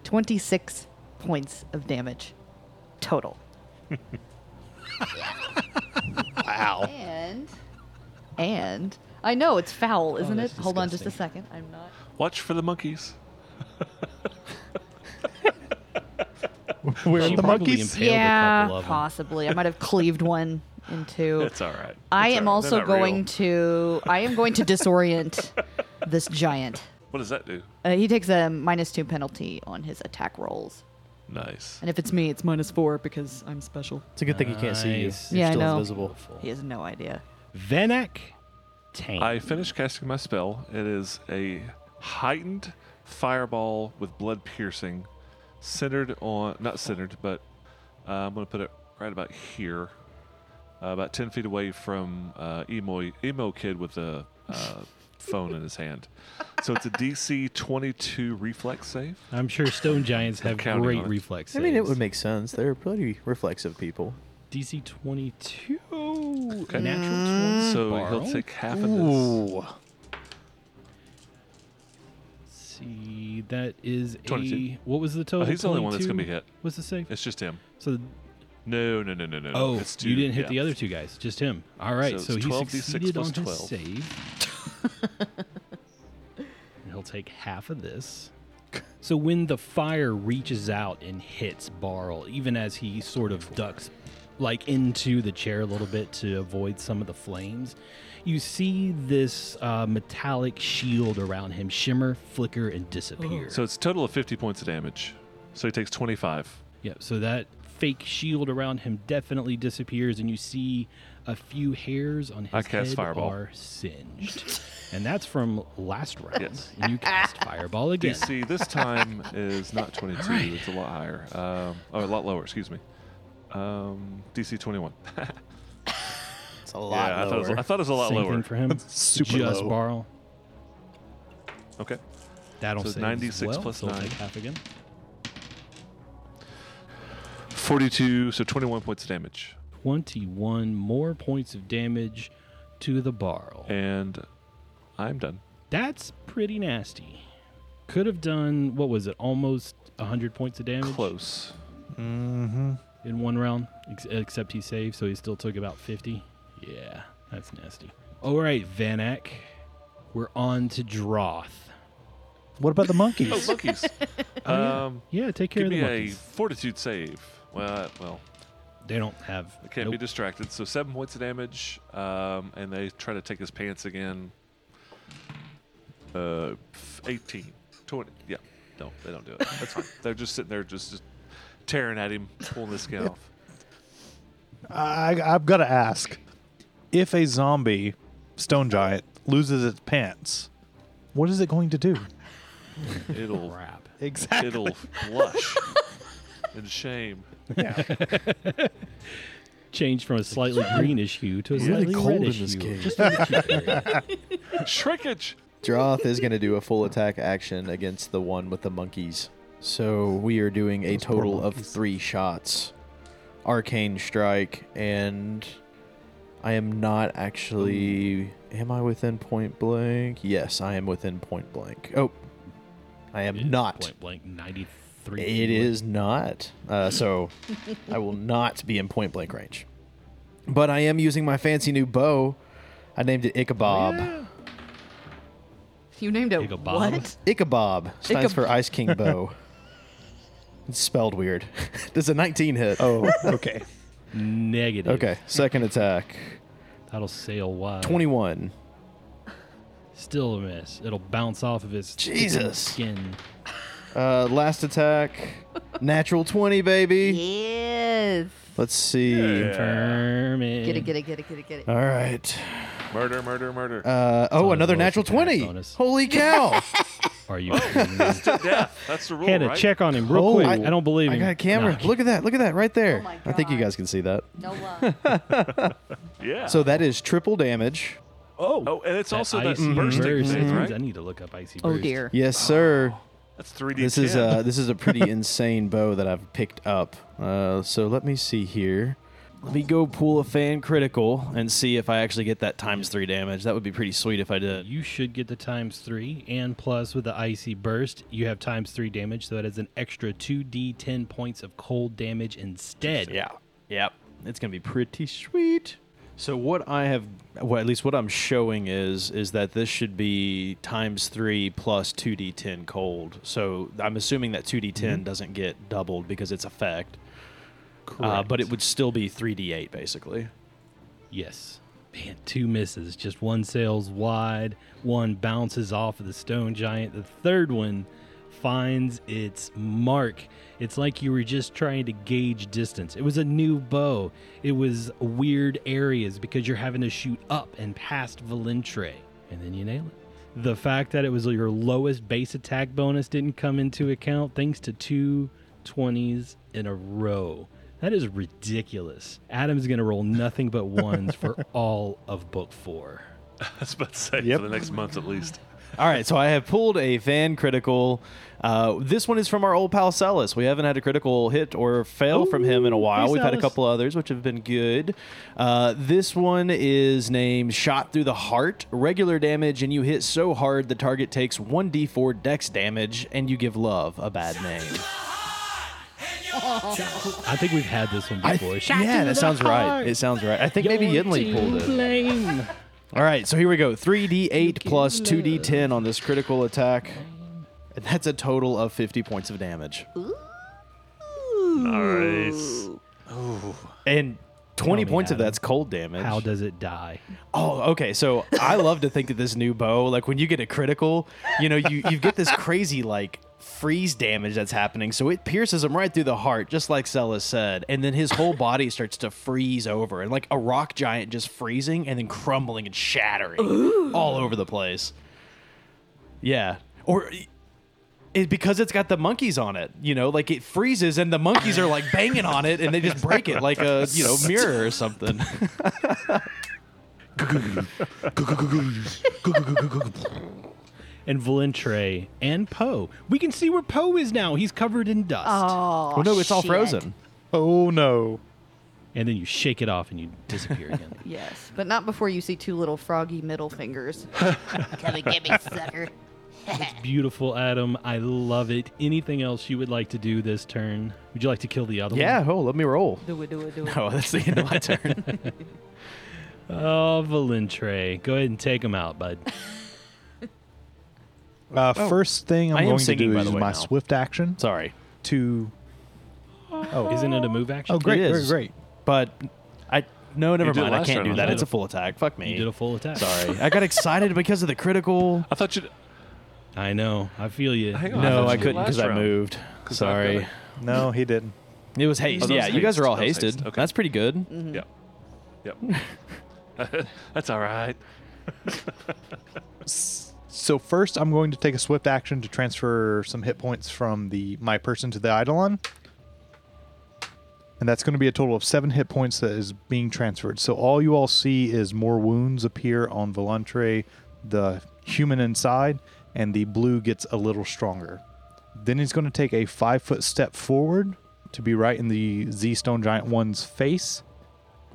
Speaker 3: 26 points of damage total.
Speaker 5: Wow.
Speaker 3: And and I know it's foul, isn't it?
Speaker 1: Oh, that's
Speaker 3: Hold on just a
Speaker 1: disgusting.
Speaker 3: second. I'm not
Speaker 2: Watch for the monkeys.
Speaker 5: Where are
Speaker 1: She
Speaker 5: the
Speaker 1: probably
Speaker 5: monkeys?
Speaker 1: impaled a couple of 'em.
Speaker 3: possibly. I might have cleaved one in two.
Speaker 2: It's all right.
Speaker 3: I
Speaker 2: It's
Speaker 3: am
Speaker 2: all right. They're
Speaker 3: also
Speaker 2: not real.
Speaker 3: going to I am going to disorient this giant.
Speaker 2: What does that do?
Speaker 3: Uh, he takes a minus two penalty on his attack rolls,
Speaker 2: Nice.
Speaker 3: and if it's me, it's minus four because I'm special.
Speaker 4: It's a good thing he can't see you. You're
Speaker 1: Nice.
Speaker 3: Yeah, I
Speaker 4: still
Speaker 3: know.
Speaker 4: invisible.
Speaker 3: He has no idea.
Speaker 1: Venek Tank.
Speaker 2: I finished casting my spell. It is a heightened fireball with blood piercing, centered on not centered, but uh, I'm going to put it right about here, uh, about ten feet away from uh, emo emo kid with the uh, phone in his hand. So it's a DC 22 reflex save.
Speaker 1: I'm sure stone giants have
Speaker 2: counting
Speaker 1: great
Speaker 2: on it.
Speaker 1: reflexes.
Speaker 4: I mean, it would make sense. They're pretty reflexive people.
Speaker 1: DC 22. A
Speaker 2: Okay.
Speaker 1: Natural
Speaker 3: Hmm. Mm.
Speaker 1: 20.
Speaker 2: So
Speaker 1: Borrow.
Speaker 2: he'll take half of this.
Speaker 5: Ooh.
Speaker 1: see, that is
Speaker 2: 22.
Speaker 1: a. What was the total?
Speaker 2: Oh, he's the only one that's
Speaker 1: 22?
Speaker 2: gonna be hit.
Speaker 1: What's the save?
Speaker 2: It's just him.
Speaker 1: So,
Speaker 2: No, no, no, no, no. no.
Speaker 1: oh,
Speaker 2: it's two,
Speaker 1: you didn't hit
Speaker 2: yeah.
Speaker 1: the other two guys, just him. All right, so,
Speaker 2: So it's
Speaker 1: he
Speaker 2: 12d6
Speaker 1: succeeded
Speaker 2: plus
Speaker 1: on
Speaker 2: 12.
Speaker 1: his save. and he'll take half of this. So when the fire reaches out and hits Barl, even as he sort of ducks like into the chair a little bit to avoid some of the flames, you see this uh, metallic shield around him shimmer, flicker, and disappear.
Speaker 2: Oh, So it's a total of 50 points of damage. So he takes 25.
Speaker 1: Yeah, so that fake shield around him definitely disappears, and you see a few hairs on his
Speaker 2: I cast
Speaker 1: head
Speaker 2: Fireball.
Speaker 1: are singed. and that's from last round.
Speaker 2: Yes.
Speaker 1: And you cast Fireball again.
Speaker 2: DC this time is not 22.
Speaker 1: Alright.
Speaker 2: It's a lot higher. Um, oh, a lot lower, excuse me. Um, DC 21.
Speaker 4: It's a lot
Speaker 2: yeah, I thought, it was,
Speaker 4: lower.
Speaker 2: I thought it was a lot
Speaker 1: Same
Speaker 2: lower.
Speaker 1: thing for him.
Speaker 5: super
Speaker 1: Just
Speaker 5: low.
Speaker 1: Barl.
Speaker 2: okay.
Speaker 1: That'll
Speaker 2: So
Speaker 1: save as
Speaker 2: 96
Speaker 1: well,
Speaker 2: plus
Speaker 1: so we'll
Speaker 2: 9.
Speaker 1: take half again.
Speaker 2: 42, so 21 points of damage.
Speaker 1: 21 more points of damage to the Barl.
Speaker 2: And I'm done.
Speaker 1: That's pretty nasty. Could have done, what was it, almost 100 points of damage?
Speaker 2: Close.
Speaker 1: in one round, ex- except he saved, so he still took about 50. Yeah, that's nasty. All right, Vanek, we're on to Droth.
Speaker 5: What about the
Speaker 2: Oh,
Speaker 5: monkeys?
Speaker 2: monkeys. um,
Speaker 1: Oh, Yeah, take care
Speaker 2: give
Speaker 1: of the
Speaker 2: me a
Speaker 1: monkeys.
Speaker 2: fortitude save. Well, well,
Speaker 1: They don't have.
Speaker 2: I can't be
Speaker 1: nope.
Speaker 2: distracted. So seven points of damage, um, and they try to take his pants again. Uh, f- 18, 20. Yeah, no, they don't do it. That's fine. They're just sitting there, just, just tearing at him, pulling the skin off.
Speaker 5: I, I've got to ask if a zombie stone giant loses its pants, what is it going to do?
Speaker 2: It'll,
Speaker 1: crap.
Speaker 5: Exactly.
Speaker 2: it'll blush in shame.
Speaker 1: Changed from a slightly greenish hue to a slightly
Speaker 4: really cold in
Speaker 1: reddish
Speaker 4: this
Speaker 1: hue.
Speaker 4: game.
Speaker 1: Just over the cheek area.
Speaker 2: Shrinkage.
Speaker 4: Droth is going to do a full attack action against the one with the monkeys. So we are doing a
Speaker 5: Those poor
Speaker 4: total of
Speaker 5: monkeys.
Speaker 4: three shots. Arcane Strike, and I am not actually.
Speaker 5: Hmm.
Speaker 4: Am I within point blank? Yes, I am within point blank. Oh, I am not.
Speaker 1: Point blank, 93.
Speaker 4: It is not. Uh, so I will not be in point blank range. But I am using my fancy new bow. I named it Ichabod.
Speaker 3: You named it
Speaker 1: Take a bob.
Speaker 3: what?
Speaker 4: Ichabod
Speaker 3: Ichabod.
Speaker 4: stands for Ice King Bow. it's spelled weird. Does a 19 hit?
Speaker 5: Oh, okay.
Speaker 1: Negative.
Speaker 4: Okay, second attack.
Speaker 1: That'll sail wide.
Speaker 4: 21.
Speaker 1: Still a miss. Ittle bounce off of his thickened
Speaker 4: Jesus.
Speaker 1: skin.
Speaker 4: Uh, last attack. Natural 20, baby.
Speaker 3: Yes.
Speaker 4: Let's see.
Speaker 1: Confirm
Speaker 3: Get it,
Speaker 1: it.
Speaker 3: get it, get it, get it, get it.
Speaker 4: All right.
Speaker 2: Murder, murder, murder.
Speaker 4: Uh, oh,
Speaker 1: all
Speaker 4: another
Speaker 1: the
Speaker 4: natural
Speaker 1: bonus attack
Speaker 4: 20.
Speaker 1: bonus.
Speaker 4: Holy cow.
Speaker 1: Are you kidding me?
Speaker 2: Death. That's the rule,
Speaker 1: Hannah,
Speaker 2: right?
Speaker 1: check on him real
Speaker 4: Oh,
Speaker 1: quick.
Speaker 4: I-
Speaker 1: I, don't believe
Speaker 4: I
Speaker 1: him.
Speaker 4: got a camera.
Speaker 1: Nah.
Speaker 4: Look at that. Look at that right there.
Speaker 3: Oh my
Speaker 4: I think you
Speaker 3: God.
Speaker 4: guys can see that.
Speaker 3: No luck.
Speaker 2: Yeah.
Speaker 4: So that is triple damage.
Speaker 1: Oh,
Speaker 2: oh, and it's
Speaker 1: that
Speaker 2: also that
Speaker 1: icy
Speaker 2: bursting
Speaker 1: burst.
Speaker 2: thing,
Speaker 1: I
Speaker 2: right?
Speaker 1: need to look up icy
Speaker 3: Oh
Speaker 1: burst.
Speaker 3: dear.
Speaker 4: Yes, sir.
Speaker 2: That's 3D.
Speaker 4: This is uh, a this is a pretty insane bow that I've picked up. Uh, so let me see here. Let me go pull a fan critical and see if I actually get that times three damage. That would be pretty sweet if I did.
Speaker 1: You should get the times three, and plus with the icy burst, you have times three damage, so that is an extra two d ten points of cold damage instead.
Speaker 4: Yeah. Yep. It's gonna be pretty sweet. So what I have, well, at least what I'm showing is, is that this should be times three plus two d10 cold. So I'm assuming that two d10 doesn't get doubled because it's effect, uh, but it would still be three d8 basically.
Speaker 1: Yes. Man, two misses. Just one sails wide, one bounces off of the stone giant. The third one finds its mark. It's like you were just trying to gauge distance. It was a new bow, it was weird areas because you're having to shoot up and past Valentre, and then you nail it. The fact that it was your lowest base attack bonus didn't come into account thanks to two 20s in a row. That is ridiculous. Adam's going to roll nothing but ones for all of book four.
Speaker 2: That's about to say
Speaker 5: Yep.
Speaker 2: for the next month at least.
Speaker 4: All right, so I have pulled a Van Critical. Uh, this one is from our old pal Celis. We haven't had a critical hit or fail from him in a
Speaker 1: Ooh,
Speaker 4: while.
Speaker 1: hey,
Speaker 4: We've had a
Speaker 1: Celis.
Speaker 4: couple others, which have been good. Uh, this one is named Shot Through the Heart. Regular damage, and you hit so hard the target takes 1d4 dex damage, and you give love a bad name.
Speaker 1: I think we've had this one
Speaker 4: I-
Speaker 1: before.
Speaker 4: yeah, that sounds right. It sounds right. I think maybe Yinli pulled it.
Speaker 1: Blame.
Speaker 4: All right, so here we go. 3d8 plus 2d10 on this critical attack. And that's a total of 50 points of damage.
Speaker 2: Nice.
Speaker 4: And 20
Speaker 1: Tell me,
Speaker 4: points of
Speaker 1: Adam.
Speaker 4: that's cold damage.
Speaker 1: How does it die?
Speaker 4: oh, okay. So I love to think that this new bow, like when you get a critical, you know, you, you get this crazy, like, freeze damage that's happening. So it pierces him right through the heart, just like Celis said. And then his whole body starts to freeze over and like a rock giant just freezing and then crumbling and shattering all over the place. Yeah. Or it, because it's got the monkeys on it, you know, like it freezes and the monkeys are like banging on it and they just break it like a, you know, mirror or something.
Speaker 1: And Valentre and Poe. We can see where Poe is now. He's covered in dust.
Speaker 3: Oh,
Speaker 4: well, no, it's all
Speaker 3: shit.
Speaker 4: frozen.
Speaker 5: Oh no.
Speaker 1: And then you shake it off and you disappear again.
Speaker 3: Yes, but not before you see two little froggy middle fingers.
Speaker 6: Come and get me, sucker.
Speaker 1: Beautiful, Adam. I love it. Anything else you would like to do this turn? Would you like to kill the other
Speaker 4: Yeah,
Speaker 1: one?
Speaker 4: oh, let me roll.
Speaker 3: do it, do it, do it.
Speaker 4: Oh, that's the end of my turn.
Speaker 1: Yeah. Oh, Valentre. Go ahead and take him out, bud.
Speaker 5: Uh, First thing
Speaker 4: Oh, I
Speaker 5: I'm
Speaker 4: am
Speaker 5: going
Speaker 4: singing,
Speaker 5: to do
Speaker 4: by
Speaker 5: is
Speaker 4: the way,
Speaker 5: my
Speaker 4: now.
Speaker 5: swift action
Speaker 4: Sorry.
Speaker 5: to. Oh,
Speaker 1: Isn't it a move action?
Speaker 5: oh, great,
Speaker 4: It
Speaker 5: great,
Speaker 4: is.
Speaker 5: great.
Speaker 4: But I no, never
Speaker 2: did
Speaker 4: mind. I
Speaker 2: last
Speaker 4: can't
Speaker 2: turn,
Speaker 4: do that.
Speaker 2: wasn't
Speaker 4: It's
Speaker 2: it?
Speaker 4: a full attack. Fuck me.
Speaker 1: You did a full attack.
Speaker 4: Sorry. I got excited because of the critical.
Speaker 2: I thought you'd.
Speaker 1: I know. I feel you.
Speaker 2: Hang on. Oh,
Speaker 4: No,
Speaker 2: thought
Speaker 4: I
Speaker 2: you did
Speaker 4: couldn't
Speaker 2: last
Speaker 4: because I
Speaker 2: round.
Speaker 4: moved.
Speaker 2: 'Cause I've
Speaker 4: Sorry.
Speaker 2: got
Speaker 5: No, he didn't.
Speaker 4: It was haste.
Speaker 2: Oh, that
Speaker 4: yeah,
Speaker 2: was
Speaker 4: you guys
Speaker 2: haste.
Speaker 4: are all
Speaker 2: That was
Speaker 4: hasted.
Speaker 2: haste. Okay.
Speaker 4: Mm, That's pretty good.
Speaker 3: Mm-hmm.
Speaker 2: Yep. Yep. That's all right.
Speaker 5: So first, I'm going to take a swift action to transfer some hit points from the my person to the Eidolon, and that's going to be a total of seven hit points that is being transferred. So all you all see is more wounds appear on Volantre, the human inside, and the blue gets a little stronger. Then he's going to take a five foot step forward to be right in the Z Stone Giant one's face,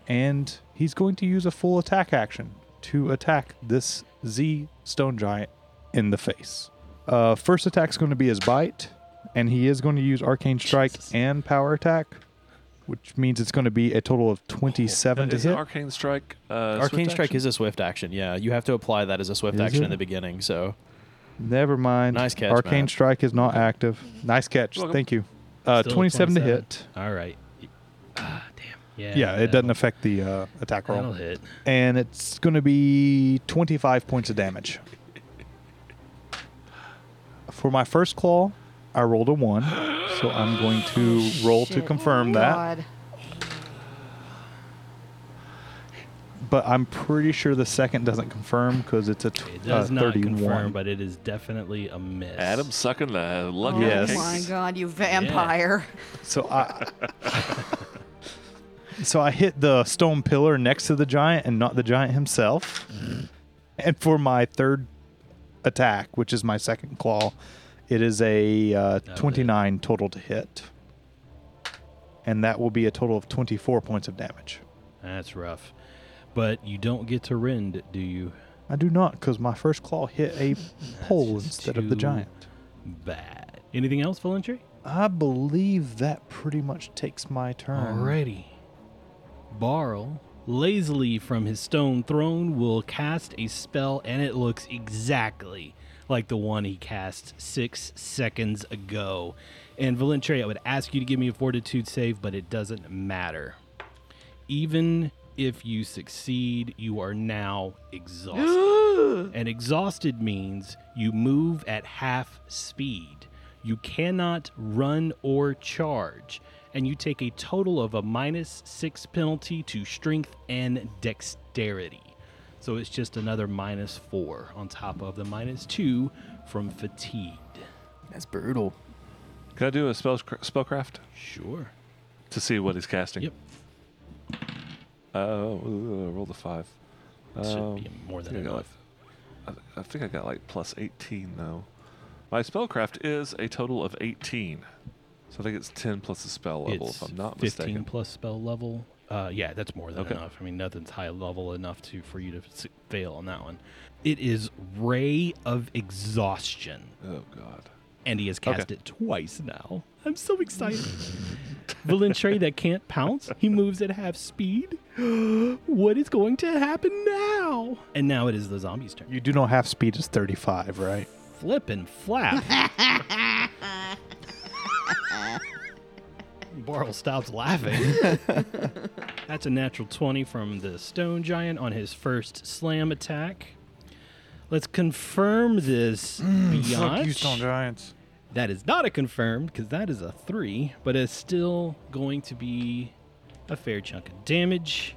Speaker 5: and he's going to use a full attack action to attack this Z stone giant in the face. Uh, first attack's going to be his bite, and he is going to use arcane strike and power attack, which means it's going to be a total of
Speaker 2: Uh,
Speaker 5: 27 to
Speaker 2: is it
Speaker 5: hit.
Speaker 2: arcane strike? Uh,
Speaker 4: Arcane
Speaker 2: swift
Speaker 4: strike
Speaker 2: action?
Speaker 4: is a swift action. Yeah, you have to apply that as a swift
Speaker 5: Is
Speaker 4: action in
Speaker 5: it?
Speaker 4: the beginning. So
Speaker 5: Never mind.
Speaker 4: Nice catch,
Speaker 5: Arcane
Speaker 4: Matt.
Speaker 5: strike is not active. Nice catch.
Speaker 2: Welcome.
Speaker 5: Thank you. Uh,
Speaker 1: Still
Speaker 5: 27 to hit.
Speaker 1: All right. Ah, damn. Yeah.
Speaker 5: Yeah, it doesn't
Speaker 1: that'll-
Speaker 5: affect the uh, attack
Speaker 1: That'll
Speaker 5: roll.
Speaker 1: hit.
Speaker 5: And it's going to be 25 points of damage. For my first claw, I rolled a 1, so I'm going to roll to
Speaker 3: Shit. Oh
Speaker 5: confirm that.
Speaker 3: God.
Speaker 5: But I'm pretty sure the second doesn't confirm because it's a tw-
Speaker 1: It
Speaker 5: uh,
Speaker 1: does not
Speaker 5: 31.
Speaker 1: confirm, but it is definitely a miss.
Speaker 2: Adam sucking the lucky
Speaker 5: Yes.
Speaker 3: Oh my god, you vampire.
Speaker 5: So I So I hit the stone pillar next to the giant and not the giant himself.
Speaker 1: Mm-hmm.
Speaker 5: and for my third attack, which is my second claw, it is a uh, 29 total to hit. And that will be a total of 24 points of damage.
Speaker 1: That's rough. But you don't get to rend, do you?
Speaker 5: I do not cuz my first claw hit a pole
Speaker 1: just
Speaker 5: instead of the
Speaker 1: too-
Speaker 5: giant.
Speaker 1: Bad. Anything else, Volentry?
Speaker 5: I believe that pretty much takes my turn.
Speaker 1: Alrighty. Barl, lazily from his stone throne, will cast a spell, and it looks exactly like the one he cast six seconds ago. And Valentre, I would ask you to give me a fortitude save, but it doesn't matter. Even if you succeed, you are now exhausted. and exhausted means you move at half speed. You cannot run or charge. And you take a total of a minus six penalty to strength and dexterity. So it's just another minus four on top of the minus two from fatigued.
Speaker 4: That's brutal.
Speaker 2: Can I do a spell spellcraft
Speaker 1: Sure.
Speaker 2: to see what he's casting?
Speaker 1: Yep.
Speaker 2: Uh, ooh, roll the five.
Speaker 1: That should
Speaker 2: Um,
Speaker 1: be more than
Speaker 2: I think I got
Speaker 1: enough.
Speaker 2: like- I, I think I got like plus 18 though. My spellcraft is a total of 18. So I think it's 10 plus the spell level,
Speaker 1: it's
Speaker 2: if I'm
Speaker 1: 15
Speaker 2: not mistaken.
Speaker 1: plus spell level. Uh, yeah, that's more than
Speaker 2: Okay.
Speaker 1: enough. I mean, nothing's high level enough to for you to s- fail on that one. It is Ray of Exhaustion,
Speaker 2: oh god.
Speaker 1: and he has cast it twice now. I'm so excited. Valentre that can't pounce, he moves at half speed. what is going to happen now? And now it is the zombie's turn.
Speaker 5: You do know half speed is 35, right?
Speaker 1: flip and flap. Barl stops laughing. That's a natural 20 from the stone giant on his first slam attack. Let's confirm this. beyond.
Speaker 5: Giants.
Speaker 1: That is not a confirmed because that is a three, but it's still going to be a fair chunk of damage.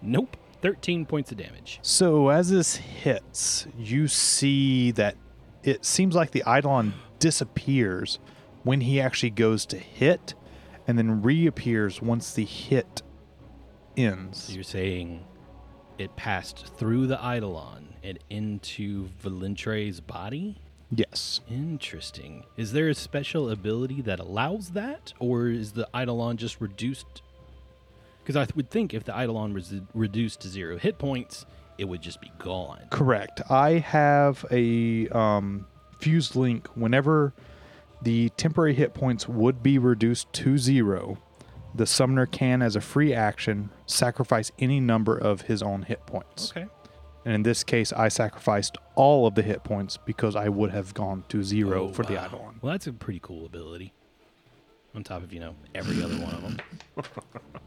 Speaker 1: Nope, 13 points of damage.
Speaker 5: So as this hits, you see that it seems like the Eidolon disappears when he actually goes to hit and then reappears once the hit ends.
Speaker 1: You're saying it passed through the Eidolon and into Valentre's body?
Speaker 5: Yes.
Speaker 1: Interesting. Is there a special ability that allows that, or is the Eidolon just reduced? Because I th- would think if the Eidolon was reduced to zero hit points, it would just be gone.
Speaker 5: Correct. I have a um, fused link. Whenever the temporary hit points would be reduced to zero, the summoner can, as a free action, sacrifice any number of his own hit points.
Speaker 1: Okay.
Speaker 5: And in this case, I sacrificed all of the hit points because I would have gone to zero
Speaker 1: Oh,
Speaker 5: for the
Speaker 1: wow.
Speaker 5: Eidolon.
Speaker 1: Well, that's a pretty cool ability. On top of, you know, every other one of them.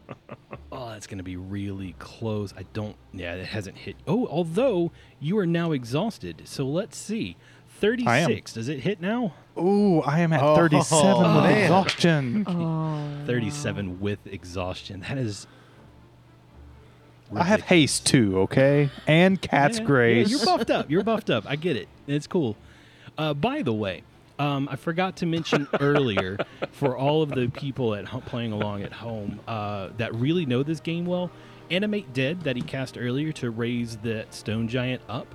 Speaker 1: oh, that's going to be really close. I don't. Yeah, it hasn't hit. Oh, although you are now exhausted. So let's see. 36. Does it hit now?
Speaker 5: Ooh, I am at
Speaker 4: Oh,
Speaker 5: 37 with
Speaker 4: man.
Speaker 5: exhaustion.
Speaker 1: 37 with exhaustion. That is.
Speaker 5: I have
Speaker 1: ridiculous.
Speaker 5: haste too, okay? And cat's
Speaker 1: Yeah, yeah,
Speaker 5: grace.
Speaker 1: you're buffed up. You're buffed up. I get it. It's cool. Uh, by the way, um, I forgot to mention earlier for all of the people at ho- playing along at home uh, that really know this game well, animate dead that he cast earlier to raise the stone giant up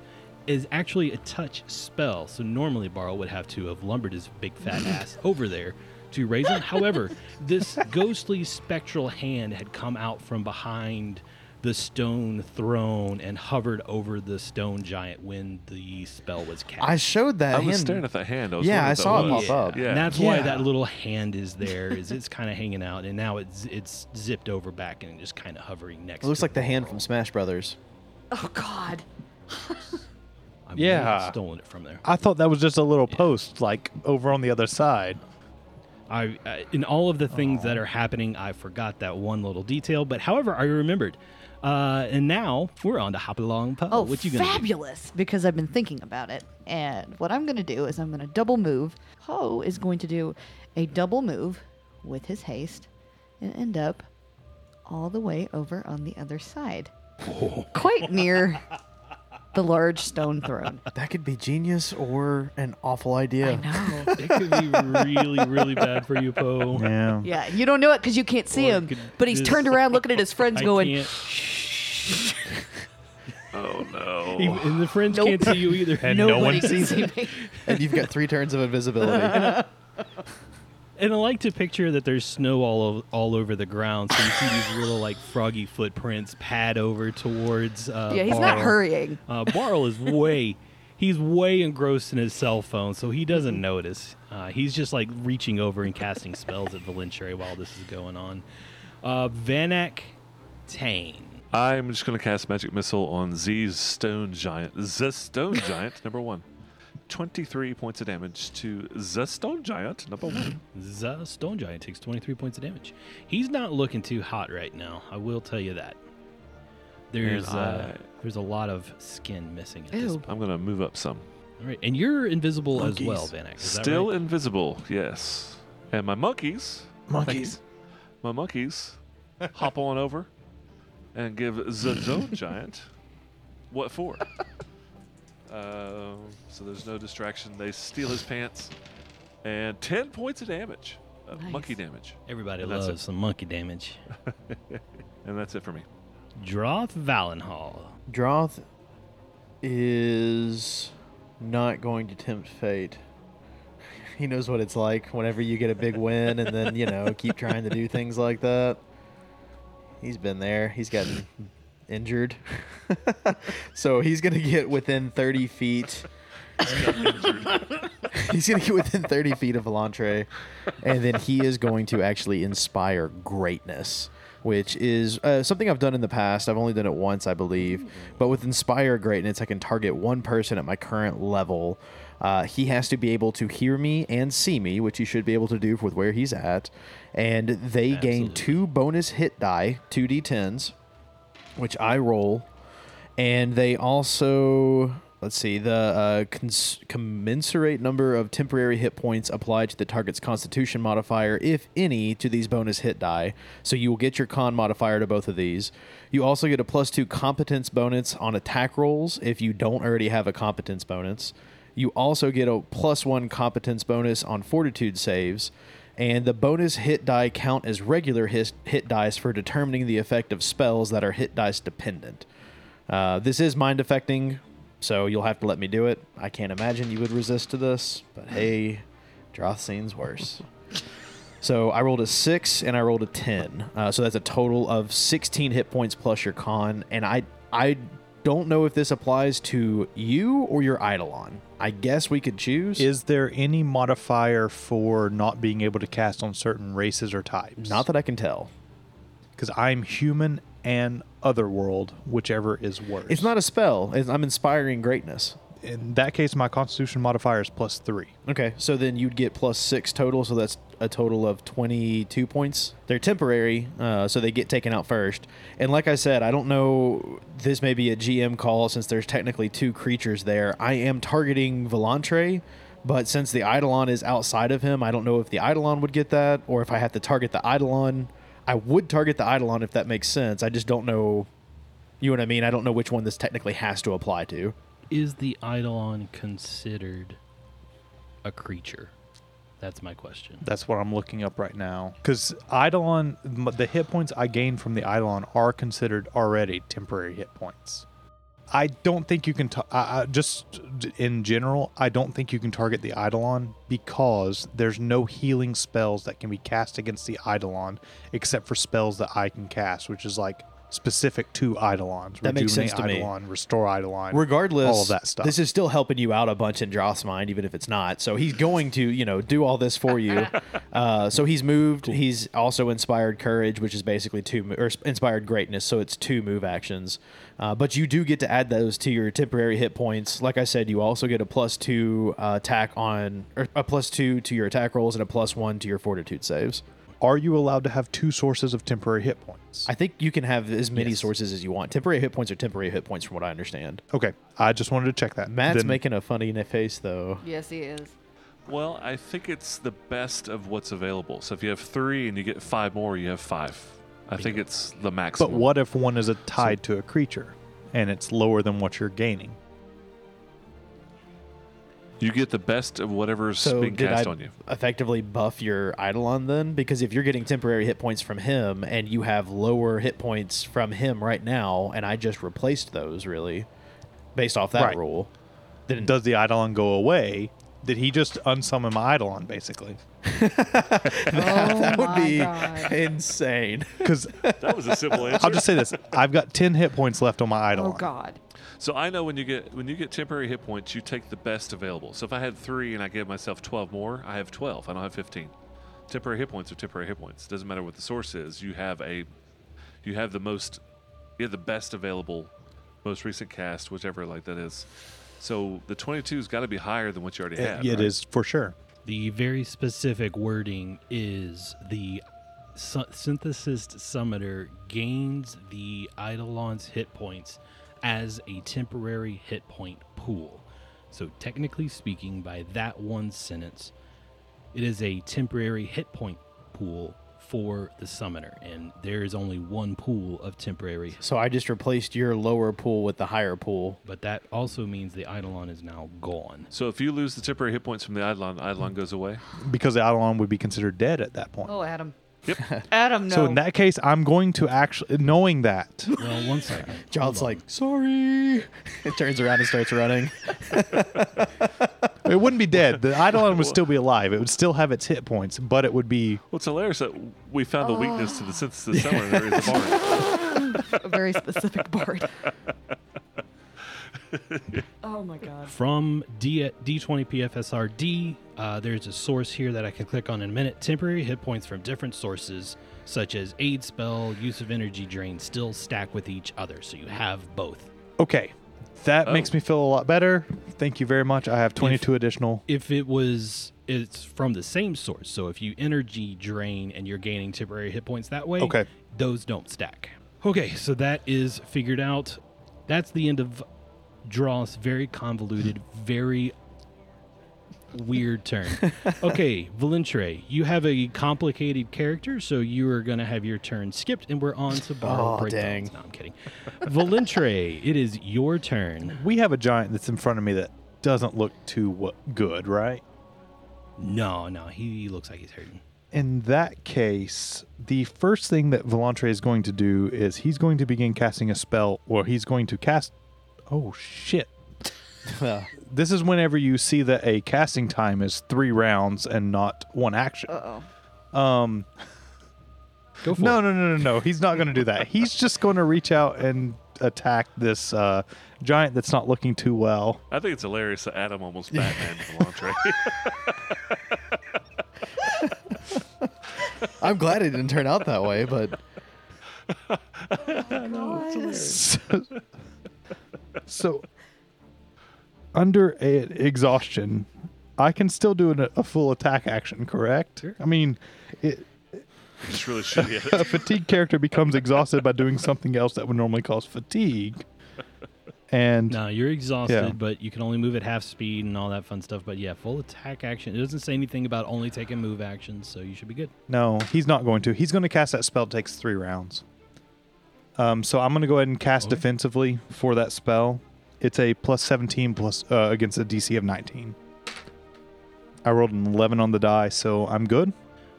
Speaker 1: is actually a touch spell. So normally Barl would have to have lumbered his big fat ass over there to raise him. However, this ghostly spectral hand had come out from behind the stone throne and hovered over the stone giant when the spell was cast.
Speaker 4: I showed that
Speaker 2: I was
Speaker 4: hand.
Speaker 2: staring at that hand. I was
Speaker 4: Yeah,
Speaker 2: wondering
Speaker 4: I
Speaker 2: if that
Speaker 4: saw it
Speaker 2: was-
Speaker 4: pop up.
Speaker 2: Yeah.
Speaker 1: And that's why
Speaker 4: Yeah.
Speaker 1: that little hand is there is it's kind of hanging out and now it's it's zipped over back and just kind of hovering next
Speaker 4: it looks
Speaker 1: to
Speaker 4: like the hand from Smash Brothers.
Speaker 6: Oh, God.
Speaker 1: I may have
Speaker 5: Yeah.
Speaker 1: stolen it from there.
Speaker 5: I thought that was just a little post, like over on the other side.
Speaker 1: I, I in all of the things that are happening, I forgot that one little detail. But however, I remembered. Uh, and now we're on to hop along Poe.
Speaker 3: Oh,
Speaker 1: what you gonna do?
Speaker 3: fabulous! Because I've been thinking about it, and what I'm going to do is I'm going to double move. Ho is going to do a double move with his haste, and end up all the way over on the other side, quite near the large stone throne.
Speaker 4: That could be genius or an awful idea.
Speaker 3: No,
Speaker 1: It could be really, really bad for you, Poe.
Speaker 5: Yeah.
Speaker 3: yeah, you don't know it because you can't see
Speaker 1: Or it
Speaker 3: him,
Speaker 1: could
Speaker 3: but he's
Speaker 1: just-
Speaker 3: turned around looking at his friends,
Speaker 1: I
Speaker 3: going,
Speaker 1: can't.
Speaker 2: Oh no.
Speaker 1: Even- And the friends
Speaker 3: Nope.
Speaker 1: can't see you either.
Speaker 5: And
Speaker 1: no.
Speaker 5: no one
Speaker 3: "Nobody can
Speaker 5: sees
Speaker 3: see me."
Speaker 4: And you've got three turns of invisibility.
Speaker 1: And I like to picture that there's snow all over, all over the ground, so you see these little like froggy footprints pad over towards. Uh,
Speaker 3: Yeah, he's not
Speaker 1: Barl.
Speaker 3: hurrying.
Speaker 1: Uh, Barl is way, he's way engrossed in his cell phone, so he doesn't notice. Uh, he's just like reaching over and casting spells at Valentre while this is going on. Uh, Vanak Tane.
Speaker 2: I'm just gonna cast magic missile on Z's stone giant. The stone giant number one. Twenty-three points of damage to the stone giant number one.
Speaker 1: The stone giant takes 23 points of damage. He's not looking too hot right now. I will tell you that. There's
Speaker 2: And
Speaker 1: uh,
Speaker 2: I-
Speaker 1: there's a lot of skin missing at this
Speaker 3: Ew.
Speaker 1: point.
Speaker 2: I'm gonna move up some.
Speaker 1: All right, and you're invisible as well, Vanek. Is that
Speaker 2: Still
Speaker 1: right?
Speaker 2: invisible, yes. And my monkeys,
Speaker 4: Monkeys.
Speaker 2: my monkeys, hop on over and give the zone giant what for. Um so there's no distraction. They steal his pants and ten points of damage, uh, monkey damage,
Speaker 1: Everybody
Speaker 2: That's
Speaker 1: loves
Speaker 2: it.
Speaker 1: some monkey damage.
Speaker 2: and that's it for me.
Speaker 1: Droth Valenhall.
Speaker 4: Droth is not going to tempt fate. He knows what it's like whenever you get a big win and then, you know, keep trying to do things like that. He's been there. He's gotten injured. so he's going to get within 30 feet. he's going to get within 30 feet of Volantre. And then he is going to actually inspire greatness, which is uh, something I've done in the past. I've only done it once, I believe. But with inspire greatness, I can target one person at my current level. Uh, he has to be able to hear me and see me, which he should be able to do with where he's at. And they gain
Speaker 1: Absolutely.
Speaker 4: two bonus hit die, two d10s which I roll, and they also let's see the uh, cons- commensurate number of temporary hit points applied to the target's Constitution modifier, if any, to these bonus hit die. So you will get your con modifier to both of these. You also get a plus two competence bonus on attack rolls if you don't already have a competence bonus. You also get a plus one competence bonus on fortitude saves. And the bonus hit die count as regular hit, hit dice for determining the effect of spells that are hit dice dependent. Uh, this is mind affecting, so you'll have to let me do it. I can't imagine you would resist to this, but hey, Droth scene's worse. So I rolled a six and I rolled a ten. Uh, so that's a total of sixteen hit points plus your con. And I I don't know if this applies to you or your Eidolon. I guess we could choose.
Speaker 5: Is there any modifier for not being able to cast on certain races or types?
Speaker 4: not that I can tell.
Speaker 5: because I'm human and otherworld, whichever is worse.
Speaker 4: It's not a spell. It's, I'm inspiring greatness.
Speaker 5: in that case. My Constitution modifier is plus three.
Speaker 4: Okay, so then you'd get plus six total, so that's a total of 22 points. They're temporary, uh, so they get taken out first. And like I said, I don't know, this may be a GM call since there's technically two creatures there. I am targeting Volantre, but since the Eidolon is outside of him, I don't know if the Eidolon would get that or if I have to target the Eidolon. I would target the Eidolon if that makes sense. I just don't know, you know what I mean? I don't know which one this technically has to apply to.
Speaker 1: Is the Eidolon considered a creature? That's my question.
Speaker 5: That's what I'm looking up right now. Because Eidolon, m- the hit points I gain from the Eidolon are considered already temporary hit points. I don't think you can, ta- I, I, just d- in general, I don't think you can target the Eidolon because there's no healing spells that can be cast against the Eidolon except for spells that I can cast, which is like specific to Eidolons.
Speaker 4: That makes sense
Speaker 5: Rejuvenate
Speaker 4: to me.
Speaker 5: Eidolon, Restore Eidolon.
Speaker 4: regardless
Speaker 5: all of that stuff.
Speaker 4: this is still helping you out a bunch in Joth's mind even if it's not so he's going to you know do all this for you uh, so he's moved he's also inspired courage which is basically two mo- or inspired greatness so it's two move actions uh, but you do get to add those to your temporary hit points like i said you also get a plus two uh, attack on or a plus two to your attack rolls and a plus one to your fortitude saves
Speaker 5: Are you allowed to have two sources of temporary hit points?
Speaker 4: i think you can have as many sources as you want temporary hit points are temporary hit points from what i understand
Speaker 5: okay, I just wanted to check that.
Speaker 4: matt's
Speaker 5: Then-
Speaker 4: making a funny face though
Speaker 3: Yes, he is.
Speaker 2: Well, I think it's the best of what's available. So if you have three and you get five more, you have five. I think it's the
Speaker 5: But
Speaker 2: maximum.
Speaker 5: what if one is a tied to a creature and it's lower than what you're gaining?
Speaker 2: You get the best of whatever's
Speaker 4: So
Speaker 2: being
Speaker 4: did
Speaker 2: cast
Speaker 4: I
Speaker 2: on you.
Speaker 4: effectively buff your Eidolon then? Because if you're getting temporary hit points from him and you have lower hit points from him right now, and I just replaced those really based off that
Speaker 5: Right.
Speaker 4: rule, then
Speaker 5: Does the Eidolon go away? Did he just unsummon my Eidolon, basically?
Speaker 3: oh
Speaker 4: that would
Speaker 3: my
Speaker 4: be
Speaker 3: God.
Speaker 4: insane.
Speaker 5: Because
Speaker 2: That was a simple answer.
Speaker 5: I'll just say this I've got 10 hit points left on my
Speaker 3: Oh
Speaker 5: Eidolon.
Speaker 3: God.
Speaker 2: So I know when you get when you get temporary hit points, you take the best available. So if I had three and I gave myself twelve more, I have twelve. I don't have fifteen. Temporary hit points are temporary hit points. Doesn't matter what the source is. You have a you have the most, you have the best available, most recent cast, whichever like that is. So the 22's got to be higher than what you already have.
Speaker 5: it
Speaker 2: right?
Speaker 5: is for sure.
Speaker 1: The very specific wording is the su- synthesist summoner gains the Eidolon's hit points as a temporary hit point pool. So, technically speaking, by that one sentence, it is a temporary hit point pool for the summoner, and there is only one pool of temporary.
Speaker 4: So I just replaced your lower pool with the higher pool.
Speaker 1: But that also means the Eidolon is now gone.
Speaker 2: So if you lose the temporary hit points from the Eidolon, Eidolon goes away.
Speaker 5: Because the Eidolon would be considered dead at that point.
Speaker 3: Oh, Adam. Adam, no.
Speaker 5: So in that case, I'm going to actually knowing that.
Speaker 1: Well, one second.
Speaker 4: John's like, sorry. It turns around and starts running.
Speaker 5: It wouldn't be dead. The Eidolon would still be alive. It would still have its hit points, but it would be
Speaker 2: Well, it's hilarious that we found the weakness to the synthesis somewhere in the barn.
Speaker 3: a very specific board. oh my god.
Speaker 1: from D- D20 PFSRD. Uh, there's a source here that I can click on in a minute. Temporary hit points from different sources, such as aid spell, use of energy drain, still stack with each other. So you have both.
Speaker 5: okay. That
Speaker 2: Oh.
Speaker 5: makes me feel a lot better. Thank you very much. I have 22 additional.
Speaker 1: If it was, it's from the same source. So if you energy drain and you're gaining temporary hit points that way,
Speaker 5: Okay.
Speaker 1: those don't stack. Okay, so that is figured out. That's the end of Draw's very convoluted, very weird turn. okay, Valentre, you have a complicated character, so you are going to have your turn skipped, and we're on to borrow
Speaker 4: Oh,
Speaker 1: breakdowns.
Speaker 4: dang.
Speaker 1: No, I'm kidding. Valentre, it is your turn.
Speaker 5: We have a giant that's in front of me that doesn't look too w- good, right?
Speaker 1: No, no, he looks like he's hurting.
Speaker 5: In that case, the first thing that Volantre is going to do is he's going to begin casting a spell, or he's going to cast. Oh, shit.
Speaker 4: Yeah.
Speaker 5: This is whenever you see that a casting time is three rounds and not one action.
Speaker 3: Uh oh.
Speaker 5: Um,
Speaker 1: Go for
Speaker 5: no,
Speaker 1: it.
Speaker 5: no, no, no, no. He's not going to do that. He's just going to reach out and attack this uh, giant that's not looking too well.
Speaker 2: I think it's hilarious that Adam almost Batman the entree.
Speaker 4: I'm glad it didn't turn out that way, but
Speaker 5: so, so under a, exhaustion, I can still do an, a full attack action, correct? I mean, it,
Speaker 2: Just really shitty at
Speaker 5: a
Speaker 2: it.
Speaker 5: fatigue character becomes exhausted by doing something else that would normally cause fatigue. And
Speaker 1: No, you're exhausted,
Speaker 5: Yeah.
Speaker 1: but you can only move at half speed and all that fun stuff. But yeah, full attack action. It doesn't say anything about only taking move actions, so you should be good.
Speaker 5: no, he's not going to. He's going to cast that spell. It takes three rounds. Um, so I'm going to go ahead and cast
Speaker 1: Okay.
Speaker 5: defensively for that spell. It's a plus 17 plus uh, against a DC of 19. I rolled an 11 on the die, so I'm good.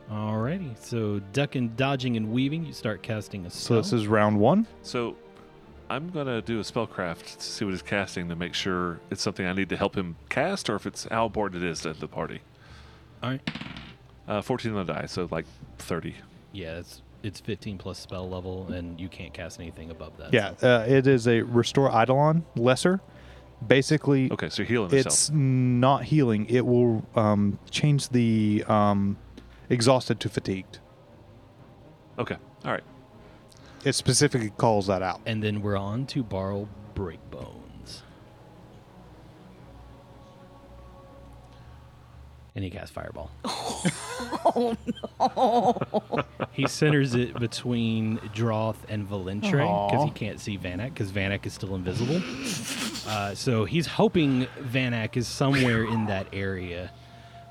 Speaker 1: Alrighty. So ducking, dodging, and weaving, you start casting a
Speaker 5: So
Speaker 1: spell.
Speaker 5: this is round one.
Speaker 2: So I'm gonna do a spellcraft to see what he's casting to make sure it's something I need to help him cast, or if it's how important it is to the party.
Speaker 1: all right.
Speaker 2: Uh, 14 on the die, so like 30.
Speaker 1: Yeah, it's it's 15 plus spell level, and you can't cast anything above that.
Speaker 5: Yeah, uh, it is a restore eidolon lesser. Basically,
Speaker 2: Okay, so healing
Speaker 5: it's
Speaker 2: yourself.
Speaker 5: not healing. It will um, change the um, exhausted to fatigued.
Speaker 2: Okay, all right.
Speaker 5: It specifically calls that out.
Speaker 1: And then we're on to borrow breakbones. And he casts fireball.
Speaker 3: Oh no.
Speaker 1: He centers it between Droth and Valentre because he can't see Vanak because Vanak is still invisible. Uh, so he's hoping Vanak is somewhere in that area,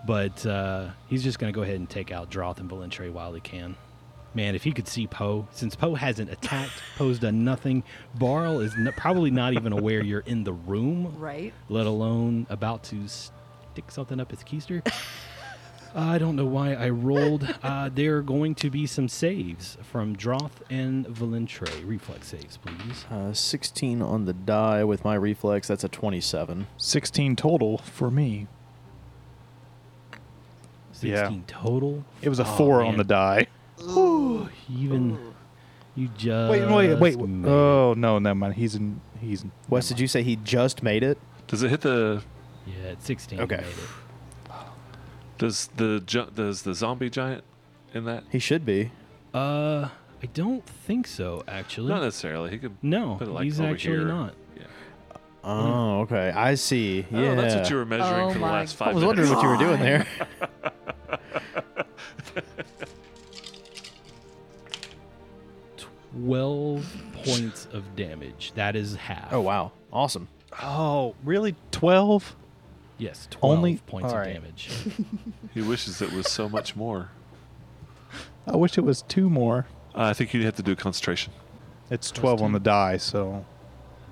Speaker 1: but uh, he's just going to go ahead and take out Droth and Valentre while he can. Man, if he could see Poe, since Poe hasn't attacked, Poe's done nothing. Barl is n- probably not even aware you're in the room
Speaker 3: right?
Speaker 1: let alone about to stick something up his keister. I don't know why I rolled. Uh, there are going to be some saves from Droth and Valentre. Reflex saves, please.
Speaker 4: uh, 16 on the die with my reflex. That's a 27.
Speaker 5: 16 total for me.
Speaker 1: 16
Speaker 5: Yeah.
Speaker 1: total.
Speaker 5: It was a
Speaker 1: Oh,
Speaker 5: four
Speaker 1: man.
Speaker 5: on the die.
Speaker 1: Even you just.
Speaker 5: Wait, wait, wait.
Speaker 1: made it.
Speaker 5: Oh, no, never mind. He's in. He's in.
Speaker 4: Wes, did you say he just made it?
Speaker 2: Does it hit the?
Speaker 1: Yeah, it's 16. you
Speaker 4: Okay.
Speaker 1: made it.
Speaker 2: Does the gi- does the zombie giant in that?
Speaker 4: He should be.
Speaker 1: Uh, I don't think so, actually.
Speaker 2: Not necessarily. He could.
Speaker 4: Mm.
Speaker 1: no,
Speaker 2: put it, like,
Speaker 1: he's
Speaker 2: over
Speaker 1: actually
Speaker 2: here.
Speaker 1: not.
Speaker 2: Yeah.
Speaker 4: Oh, okay. I see.
Speaker 2: Mm. Oh,
Speaker 4: yeah.
Speaker 2: that's what you were measuring
Speaker 3: Oh
Speaker 2: for the
Speaker 3: my
Speaker 2: last
Speaker 4: I
Speaker 2: five
Speaker 4: was wondering
Speaker 2: minutes.
Speaker 4: what you were doing there.
Speaker 1: Twelve points of damage. That is half.
Speaker 4: Oh wow, awesome.
Speaker 5: Oh, really? 12?
Speaker 1: Yes, twelve
Speaker 5: Only-
Speaker 1: points
Speaker 5: alright.
Speaker 1: of damage.
Speaker 2: He wishes it was so much more.
Speaker 5: I wish it was two more.
Speaker 2: Uh, I think you'd have to do concentration.
Speaker 5: It's 12 on the die, so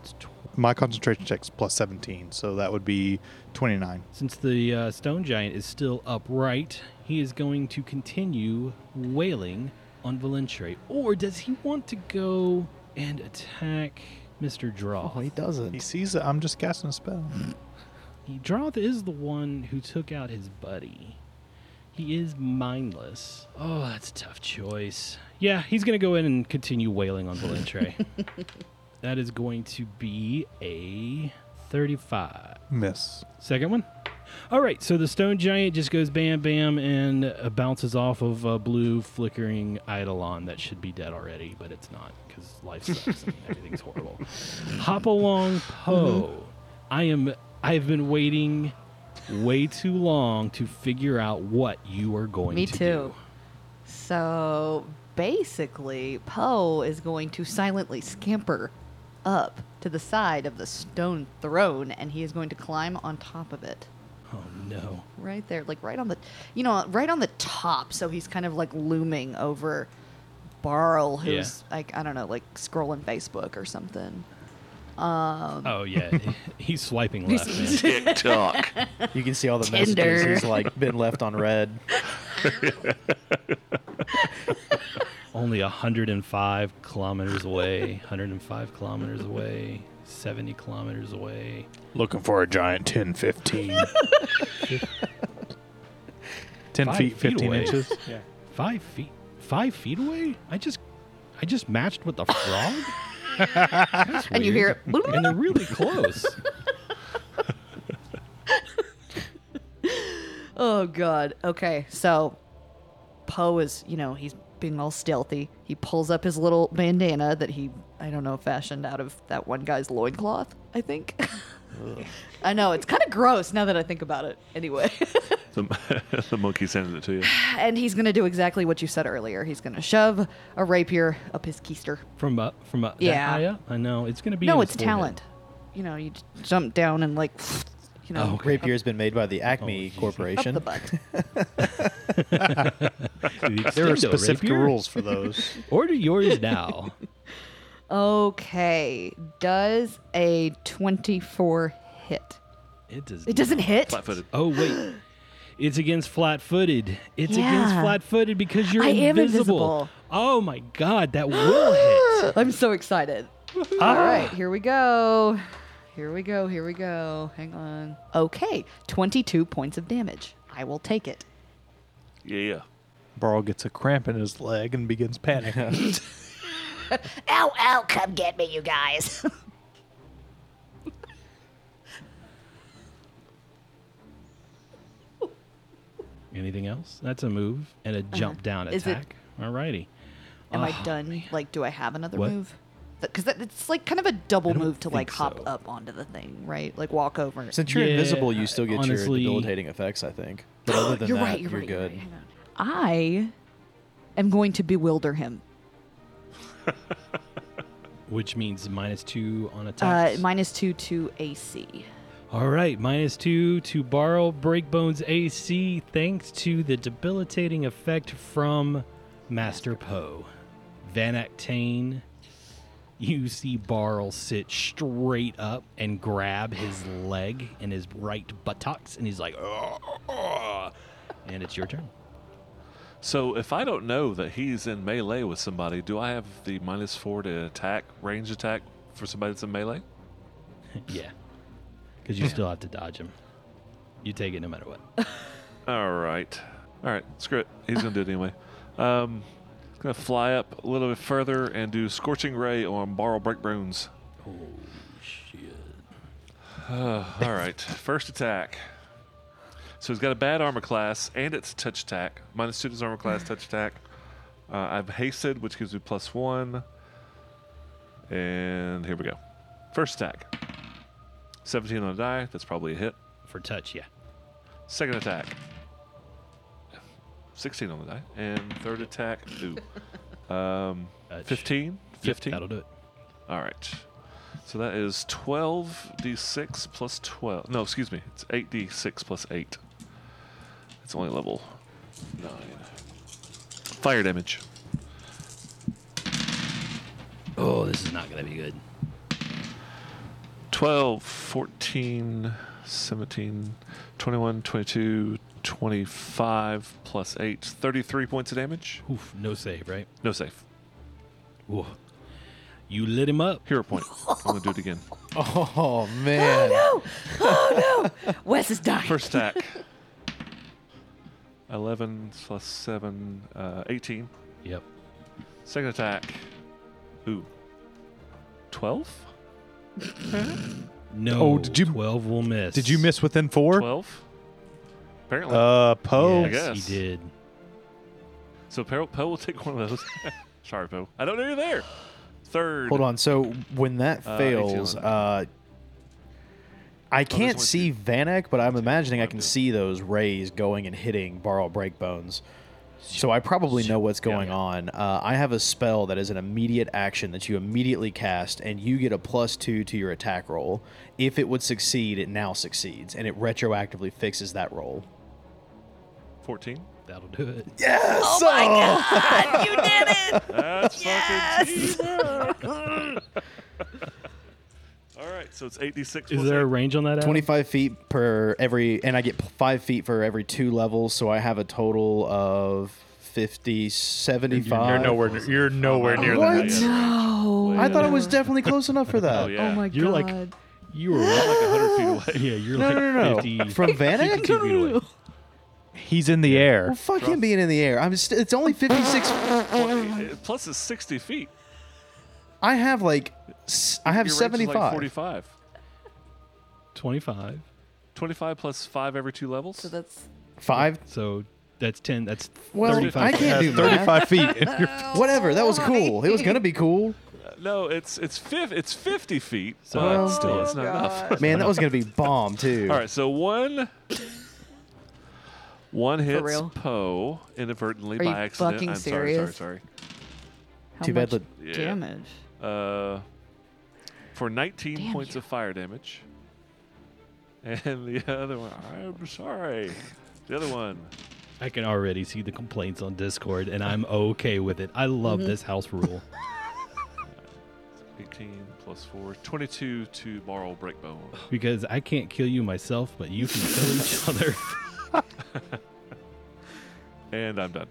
Speaker 1: It's tw-
Speaker 5: my concentration check's plus 17, so that would be 29.
Speaker 1: Since the uh, stone giant is still upright, he is going to continue wailing on Valentre. Or does he want to go and attack Mr. Draw?
Speaker 4: Oh, he
Speaker 5: He
Speaker 4: doesn't.
Speaker 5: sees that I'm just casting a spell.
Speaker 1: Droth is the one who took out his buddy. He is mindless. Oh, that's a tough choice. Yeah, he's going to go in and continue wailing on Valentre. that is going to be a 35.
Speaker 5: Miss.
Speaker 1: Second one. All right, so the stone giant just goes bam, bam, and uh, bounces off of a blue flickering eidolon that should be dead already, but it's not because life sucks and everything's horrible. Hop along, Poe. I am. I have been waiting way too long to figure out what you are going
Speaker 3: Me
Speaker 1: to
Speaker 3: too.
Speaker 1: do.
Speaker 3: So basically, Poe is going to silently scamper up to the side of the stone throne and he is going to climb on top of it.
Speaker 1: Oh no!
Speaker 3: Right there, like right on the, you know, right on the top. So he's kind of like looming over Barl,
Speaker 1: Yeah.
Speaker 3: who's like, I don't know, like scrolling Facebook or something. Um.
Speaker 1: Oh yeah, he's swiping left. man.
Speaker 2: TikTok.
Speaker 4: You can see all the messages
Speaker 6: Tinder.
Speaker 4: he's like been left on red.
Speaker 1: Only 105 kilometers away. 105 kilometers away. 70 kilometers away.
Speaker 5: Looking for a giant 10, 15. 10
Speaker 1: Five
Speaker 5: feet,
Speaker 1: feet
Speaker 5: 15
Speaker 1: away.
Speaker 5: inches. Yeah.
Speaker 1: Five feet. Five feet away? I just, I just matched with the frog. That's
Speaker 3: And you hear
Speaker 1: weird.
Speaker 3: it.
Speaker 1: and they're really close.
Speaker 3: Oh god. Okay. So Poe is, you know, he's being all stealthy. He pulls up his little bandana that he I don't know, fashioned out of that one guy's loincloth, I think. I know, it's kind of gross now that I think about it. Anyway.
Speaker 2: the, the monkey sending it to you.
Speaker 3: and he's going to do exactly what you said earlier. He's going to shove a rapier up his keister.
Speaker 1: From up, from up. that
Speaker 3: Yeah.
Speaker 1: high up? I know it's gonna be. in
Speaker 3: no,
Speaker 1: his
Speaker 3: it's
Speaker 1: forehead.
Speaker 3: talent. You know, you j- jump down and like, you know,
Speaker 1: Oh, okay.
Speaker 4: Rapier has been made by
Speaker 2: Oh,
Speaker 4: the Acme
Speaker 3: up
Speaker 4: Corporation.
Speaker 3: the butt.
Speaker 1: Do you
Speaker 5: There are
Speaker 1: extend a
Speaker 5: specific
Speaker 1: rapier?
Speaker 5: rules for those.
Speaker 1: Order yours now.
Speaker 3: okay. Does a 24 hit?
Speaker 1: it does.
Speaker 3: It doesn't hit?
Speaker 2: Flat footed.
Speaker 1: Oh wait. It's against flat-footed. It's against
Speaker 3: Yeah.
Speaker 1: flat-footed because you're
Speaker 3: I am invisible.
Speaker 1: invisible. Oh my god, that will hit.
Speaker 3: I'm so excited.
Speaker 1: Ah.
Speaker 3: All right, here we go. Here we go. Here we go. Hang on. Okay, 22 points of damage. I will take it.
Speaker 2: Yeah, yeah.
Speaker 5: Barl gets a cramp in his leg and begins panicking.
Speaker 6: Ow, ow, come get me, you guys.
Speaker 1: Anything else? That's a move and a jump down
Speaker 3: Uh, Is it-
Speaker 1: attack. Alrighty.
Speaker 3: Am I
Speaker 1: Oh,
Speaker 3: done? Like, do I have another
Speaker 1: What?
Speaker 3: move? Because it's like kind of a double
Speaker 1: don't
Speaker 3: move to like
Speaker 1: think
Speaker 3: hop
Speaker 1: so.
Speaker 3: up onto the thing, right? Like walk over.
Speaker 4: Since you're
Speaker 1: Yeah,
Speaker 4: invisible, you still get
Speaker 1: honestly-
Speaker 4: your debilitating effects, I think. But other than
Speaker 3: you're
Speaker 4: that,
Speaker 3: right. You're,
Speaker 4: you're,
Speaker 3: right. You're
Speaker 4: good.
Speaker 3: right. Hang on. I am going to bewilder him.
Speaker 1: Which means minus two on
Speaker 3: Uh,
Speaker 1: attacks.
Speaker 3: minus two to AC.
Speaker 1: All right, minus two to borrow Breakbone's AC thanks to the debilitating effect from Master Poe. Van Actane, you see Barl sit straight up and grab his leg and his right buttocks, and he's like, "Ugh, ugh." and it's your turn.
Speaker 2: So if I don't know that he's in melee with somebody, do I have the minus four to attack, range attack for somebody that's in melee?
Speaker 1: yeah, because you still have to dodge him. You take it no matter what.
Speaker 2: All right. All right. Screw it. He's going to do it anyway. Um, going to fly up a little bit further and do Scorching Ray on Borrow Breakbones. Oh, shit. all right. First attack. So he's got a bad armor class and it's touch attack. Minus two to his armor class, touch attack. Uh, I've hasted, which gives me plus one. And here we go. First attack 17 on a die. That's probably a hit.
Speaker 1: for touch. Yeah.
Speaker 2: Second attack 16 on the die. And third attack, ooh. Um,
Speaker 1: Touch.
Speaker 2: 15?
Speaker 1: Yep,
Speaker 2: 15?
Speaker 1: that'll do it.
Speaker 2: All right. So that is 12d6 plus 12. No, excuse me. It's 8d6 plus 8. It's only level 9. Fire damage.
Speaker 1: Oh, this is not gonna be good.
Speaker 2: 12, 14, 17, 21, 22, 25 plus 8. 33 points of damage.
Speaker 1: Oof, no save, right?
Speaker 2: No safe.
Speaker 1: Ooh. You lit him up.
Speaker 2: Hero point. I'm going to do it again.
Speaker 4: Oh man.
Speaker 3: Oh,
Speaker 6: Wes is dying.
Speaker 2: First attack 11 plus 7, uh, 18.
Speaker 1: Yep.
Speaker 2: Second attack. Ooh. 12?
Speaker 1: No.
Speaker 5: Oh, did you-
Speaker 1: Twelve will miss.
Speaker 5: Did you miss within four?
Speaker 2: 12? Apparently.
Speaker 5: Uh, Poe.
Speaker 2: I
Speaker 1: Yes,
Speaker 2: guess.
Speaker 1: he did.
Speaker 2: so Poe Poe will take one of those. Sorry, Poe. I don't know you're there. Third.
Speaker 4: Hold on. So when that
Speaker 2: Uh, 18 on
Speaker 4: fails,
Speaker 2: that.
Speaker 4: uh, I
Speaker 2: there's
Speaker 4: can't
Speaker 2: one
Speaker 4: see
Speaker 2: too.
Speaker 4: Vanek, but I'm imagining I
Speaker 2: one
Speaker 4: can
Speaker 2: too.
Speaker 4: see those rays going and hitting Barrel Breakbones. So I probably know what's going on. Uh, I have a spell that is an immediate action that you immediately cast, and you get a plus two to your attack roll. If it would succeed, it now succeeds, and it retroactively fixes that roll.
Speaker 2: 14.
Speaker 1: That'll do it.
Speaker 6: oh my god, you did it!
Speaker 2: That's
Speaker 6: Yes!
Speaker 2: fucking teamwork. All right, so it's 8d6.
Speaker 1: Is there a range on that? Adam?
Speaker 4: 25 feet per every, and I get p- five feet for every two levels, so I have a total of 50, 75.
Speaker 5: You're nowhere. near- You're nowhere near
Speaker 4: What?
Speaker 5: that.
Speaker 3: No.
Speaker 4: I thought it was definitely close enough for that.
Speaker 2: Oh, yeah.
Speaker 3: Oh my
Speaker 1: You're like-
Speaker 3: god.
Speaker 1: You were like
Speaker 2: Like 100 feet away.
Speaker 1: Yeah, you're
Speaker 4: Oh, No,
Speaker 1: like
Speaker 4: no, no, no.
Speaker 1: 50
Speaker 4: From Vanek?
Speaker 1: 52 feet away.
Speaker 5: He's in the air.
Speaker 4: Well, fuck him being in the air. I'm. St- it's only 56.
Speaker 2: Well, it- Plus it's 60 feet.
Speaker 4: I have like. s- I have
Speaker 2: Your range is
Speaker 4: 75.
Speaker 2: Like 45.
Speaker 1: 25.
Speaker 2: 25 plus 5 every two levels?
Speaker 3: So that's
Speaker 4: Five.
Speaker 1: So that's 10. That's
Speaker 4: Well,
Speaker 1: 35.
Speaker 4: I can't do
Speaker 5: That's
Speaker 4: math.
Speaker 5: 35 Uh, feet. and you're-
Speaker 4: Whatever. That was cool. It was gonna be cool.
Speaker 2: Uh, no, it's it's fif- it's 50 feet. So
Speaker 1: Well,
Speaker 3: Oh,
Speaker 2: still, it's not enough.
Speaker 4: Man, that was gonna be bomb too.
Speaker 2: All right, so one one hits
Speaker 3: real?
Speaker 2: Poe inadvertently
Speaker 3: Are you
Speaker 2: by accident.
Speaker 3: fucking
Speaker 2: I'm
Speaker 3: serious?
Speaker 2: sorry,
Speaker 3: how
Speaker 4: Too bad
Speaker 3: much
Speaker 4: that-
Speaker 2: Yeah.
Speaker 3: damage.
Speaker 2: sorry, sorry. Uh, for 19
Speaker 3: Damn
Speaker 2: points
Speaker 3: you.
Speaker 2: of fire damage. And the other one, I'm sorry. The other one,
Speaker 1: I can already see the complaints on Discord, and I'm okay with it. I love
Speaker 4: Mm-hmm.
Speaker 1: this house rule.
Speaker 2: 18 plus 4, 22 to Marl Breakbone.
Speaker 1: because I can't kill you myself, but you can kill each other.
Speaker 2: And I'm done.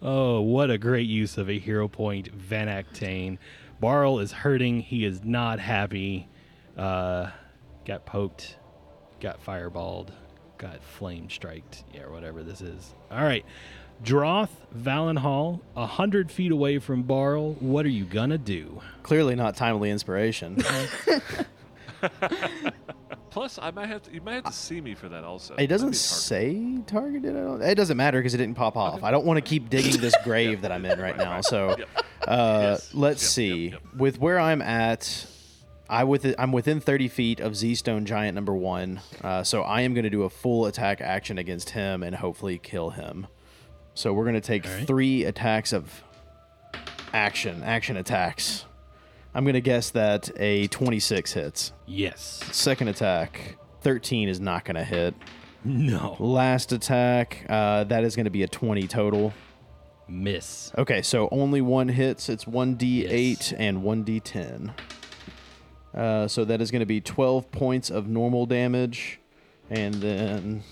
Speaker 1: Oh, what a great use of a hero point, Van Actane. Barl is hurting. He is not happy. Uh, got poked, got fireballed, got flame striked. Yeah, whatever this is. All right. Droth Valenhall, a hundred feet away from Barl. What are you gonna do?
Speaker 4: Clearly not timely inspiration.
Speaker 2: Plus, I might have to, you might have to see me for that also.
Speaker 4: It
Speaker 2: That'd
Speaker 4: doesn't
Speaker 2: be hard.
Speaker 4: say targeted. I don't, it doesn't matter because it didn't pop off. I don't want to keep digging this grave that I'm in right now. So, uh,
Speaker 2: Yes.
Speaker 4: let's
Speaker 2: Yep,
Speaker 4: see.
Speaker 2: yep,
Speaker 4: With where I'm at, I with I'm within 30 feet of Z Stone Giant number one. Uh, so I am going to do a full attack action against him and hopefully kill him. So we're going to take
Speaker 1: All right.
Speaker 4: three attacks of action action attacks. I'm going to guess that a 26 hits.
Speaker 1: Yes.
Speaker 4: Second attack, 13 is not going to hit.
Speaker 1: No.
Speaker 4: Last attack, uh, that is going to be a 20 total.
Speaker 1: Miss.
Speaker 4: Okay, so only one hits. It's 1d8
Speaker 1: Yes.
Speaker 4: and 1d10. Uh, so that is going to be 12 points of normal damage and then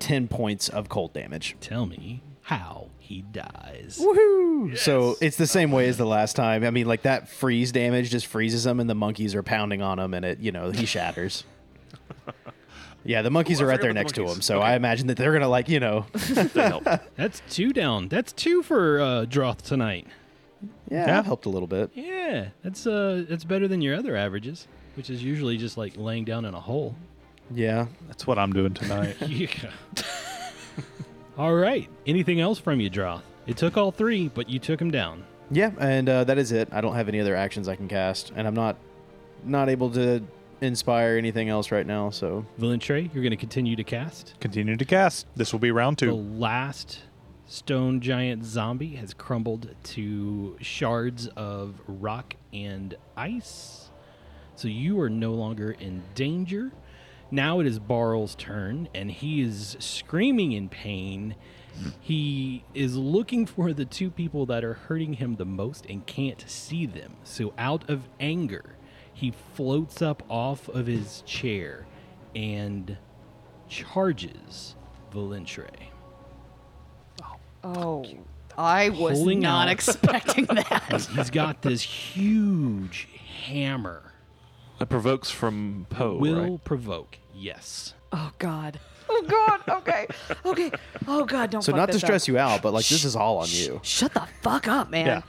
Speaker 4: 10 points of cold damage.
Speaker 1: Tell me how he dies.
Speaker 4: Woohoo! So it's the same way as the last time. I mean, like that freeze damage just freezes him, and the monkeys are pounding on him, and it, you know, he shatters. Yeah, the monkeys
Speaker 2: Ooh, I
Speaker 4: are right
Speaker 2: forgot
Speaker 4: there
Speaker 2: about the
Speaker 4: next to him,
Speaker 2: monkeys.
Speaker 4: so
Speaker 2: Okay.
Speaker 4: I imagine that they're gonna like, you know,
Speaker 2: They help.
Speaker 1: That's two down. That's two for uh, Droth tonight.
Speaker 4: yeah,
Speaker 5: Yeah.
Speaker 4: that helped a little bit.
Speaker 1: Yeah, that's uh, that's better than your other averages, which is usually just like laying down in a hole.
Speaker 4: Yeah,
Speaker 5: That's what I'm doing tonight.
Speaker 1: Yeah. All right. Anything else from you, Droth? It took all three, but you took him down.
Speaker 4: Yeah, and uh, that is it. I don't have any other actions I can cast, and I'm not not able to inspire anything else right now. So
Speaker 1: Valentre, you're going to continue to cast.
Speaker 5: Continue to cast. This will be round
Speaker 1: The
Speaker 5: two.
Speaker 1: last stone giant zombie has crumbled to shards of rock and ice. So you are no longer in danger. Now it is Barl's turn, and he is screaming in pain. He is looking for the two people that are hurting him the most and can't see them. So, out of anger, he floats up off of his chair and charges Valentre.
Speaker 3: Oh, I was
Speaker 1: Pulling
Speaker 3: not
Speaker 1: out.
Speaker 3: expecting that.
Speaker 1: He's got this huge hammer.
Speaker 2: That provokes from Poe,
Speaker 1: Will
Speaker 2: Oh, right?
Speaker 1: provoke. Yes.
Speaker 3: Oh God. Oh God. Okay. Okay. Oh God. Don't.
Speaker 4: so
Speaker 3: fuck
Speaker 4: not to
Speaker 3: this
Speaker 4: stress
Speaker 3: up.
Speaker 4: you out, but like this is all on you.
Speaker 3: Shut the fuck up, man.
Speaker 5: Yeah.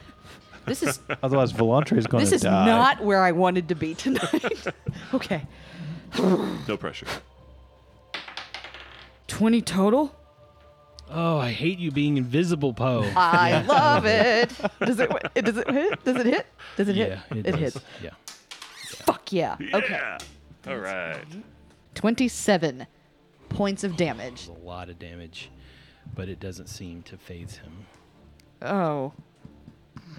Speaker 3: This is
Speaker 5: Otherwise, Volantre is going
Speaker 3: this
Speaker 5: to
Speaker 3: is
Speaker 5: die.
Speaker 3: not where I wanted to be tonight. okay.
Speaker 2: No pressure.
Speaker 3: Twenty total.
Speaker 1: Oh, I hate you being invisible, Poe.
Speaker 3: I love it. Does it? it- Does it hit? Does it hit? Does it
Speaker 1: yeah,
Speaker 3: hit?
Speaker 1: it, does.
Speaker 3: hits.
Speaker 1: Yeah.
Speaker 3: Fuck yeah. Okay.
Speaker 2: Yeah. All right.
Speaker 3: Twenty-seven points of damage.
Speaker 1: A lot of damage, but it doesn't seem to phase him.
Speaker 3: Oh.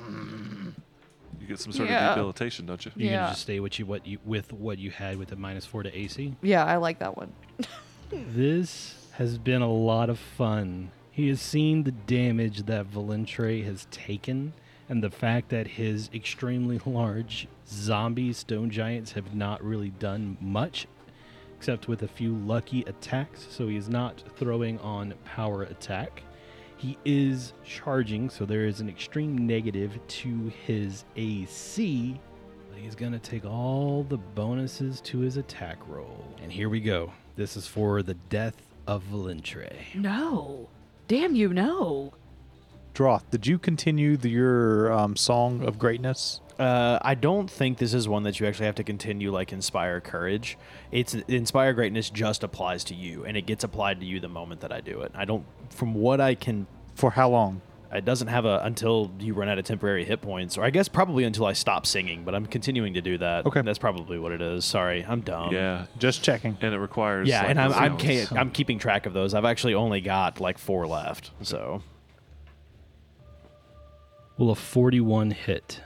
Speaker 2: You get some sort
Speaker 3: Yeah.
Speaker 2: of rehabilitation, don't you?
Speaker 1: You're
Speaker 3: Yeah.
Speaker 1: gonna just stay what you what you with what you had with a minus four to AC.
Speaker 3: Yeah, I like that one.
Speaker 1: This has been a lot of fun. He has seen the damage that Valentre has taken and the fact that his extremely large zombie stone giants have not really done much except with a few lucky attacks, so he is not throwing on power attack. He is charging, so there is an extreme negative to his AC. But he's going to take all the bonuses to his attack roll. And here we go. This is for the death of Valentre.
Speaker 6: No. Damn you, no.
Speaker 5: Droth, did you continue the, your um, song of greatness?
Speaker 4: Uh, I don't think this is one that you actually have to continue like inspire courage. It's inspire greatness just applies to you, and it gets applied to you the moment that I do it. I don't, from what I can,
Speaker 5: For how long?
Speaker 4: it doesn't have a until you run out of temporary hit points, or I guess probably until I stop singing. But I'm continuing to do that.
Speaker 5: Okay.
Speaker 4: that's probably what it is. Sorry, I'm dumb.
Speaker 2: Yeah.
Speaker 5: Just checking.
Speaker 2: And it requires.
Speaker 4: Yeah,
Speaker 2: like,
Speaker 4: and I'm I'm,
Speaker 2: sounds.
Speaker 4: ca- I'm keeping track of those. I've actually only got like four left. So
Speaker 1: Will a 41 hit?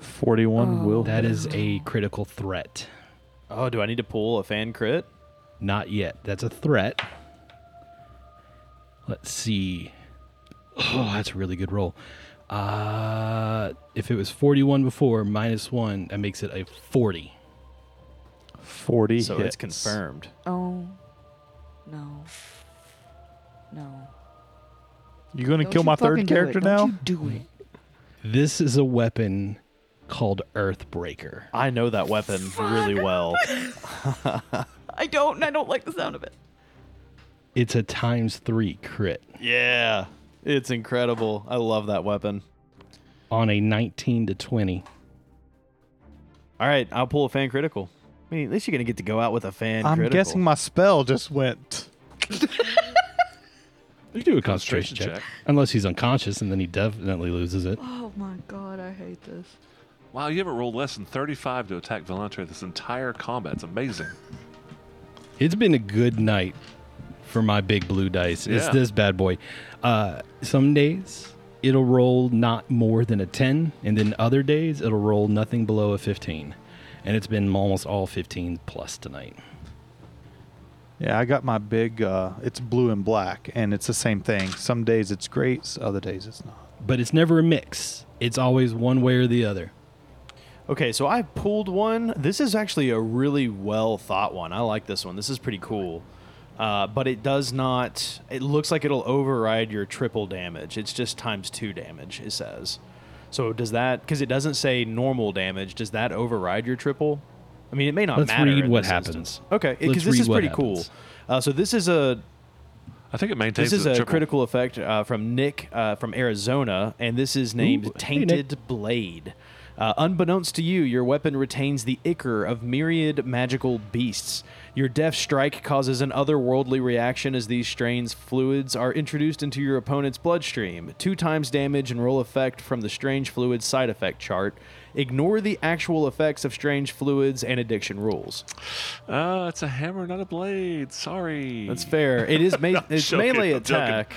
Speaker 3: Oh,
Speaker 5: 41 will.
Speaker 1: That is a critical threat.
Speaker 4: oh, do I need to pull a fan crit?
Speaker 1: Not yet. That's a threat. Let's see. Oh, that's a really good roll. Uh, if it was 41 before, minus one, that makes it a 40.
Speaker 5: 40
Speaker 4: So
Speaker 5: hits.
Speaker 4: it's confirmed.
Speaker 3: Oh. No. No.
Speaker 5: You going to
Speaker 3: Don't
Speaker 5: kill
Speaker 3: you
Speaker 5: my
Speaker 3: fucking
Speaker 5: third
Speaker 3: do it.
Speaker 5: character
Speaker 3: Don't
Speaker 5: now?
Speaker 3: you do it.
Speaker 1: This is a weapon called Earthbreaker.
Speaker 4: I know that weapon really well.
Speaker 3: I don't. and I don't like the sound of it.
Speaker 1: It's a times three crit
Speaker 4: Yeah, it's incredible. I love that weapon.
Speaker 1: on a 19 to 20.
Speaker 4: All right, I'll pull a fan critical. I mean, at least you're gonna get to go out with a fan.
Speaker 5: I'm
Speaker 4: critical.
Speaker 5: guessing my spell just went.
Speaker 1: You do a
Speaker 2: concentration
Speaker 1: concentration
Speaker 2: check.
Speaker 1: check. Unless he's unconscious and then he definitely loses it.
Speaker 3: Oh my god, I hate this.
Speaker 2: Wow, you haven't rolled less than 35 to attack Volantre this entire combat. It's amazing.
Speaker 1: It's been a good night for my big blue dice. It's
Speaker 2: Yeah.
Speaker 1: this bad boy. Uh, some days it'll roll not more than a 10, and then other days it'll roll nothing below a 15. And it's been almost all 15 plus tonight.
Speaker 5: Yeah, I got my big. Uh, it's blue and black, and it's the same thing. Some days it's great, s- other days it's not.
Speaker 1: But it's never a mix, it's always one way or the other.
Speaker 4: Okay, so I pulled one. This is actually a really well thought one. I like this one. This is pretty cool. Uh, but it does not. It looks like it'll override your triple damage. It's just times two damage. It says. So does that? Because it doesn't say normal damage. Does that override your triple? I mean, it may not
Speaker 1: Let's
Speaker 4: matter.
Speaker 1: read
Speaker 4: in
Speaker 1: what
Speaker 4: this
Speaker 1: happens.
Speaker 4: instance. Okay,
Speaker 1: Let's
Speaker 4: because this
Speaker 1: read
Speaker 4: is
Speaker 1: what
Speaker 4: pretty cool.
Speaker 1: happens.
Speaker 4: Uh, so this is a
Speaker 2: I think it maintains
Speaker 4: this is
Speaker 2: the
Speaker 4: a
Speaker 2: triple.
Speaker 4: critical effect uh, from Nick uh, from Arizona, and this is named
Speaker 1: Ooh, hey,
Speaker 4: Tainted Blade. Uh, unbeknownst to you, your weapon retains the ichor of myriad magical beasts. Your death strike causes an otherworldly reaction as these strange fluids are introduced into your opponent's bloodstream. Two times damage and roll effect from the strange fluids side effect chart. Ignore the actual effects of strange fluids and addiction rules.
Speaker 2: Ah, it's a hammer, not a blade. Sorry.
Speaker 4: That's fair. It is ma- it's
Speaker 2: joking,
Speaker 4: melee
Speaker 2: I'm joking.
Speaker 4: attack.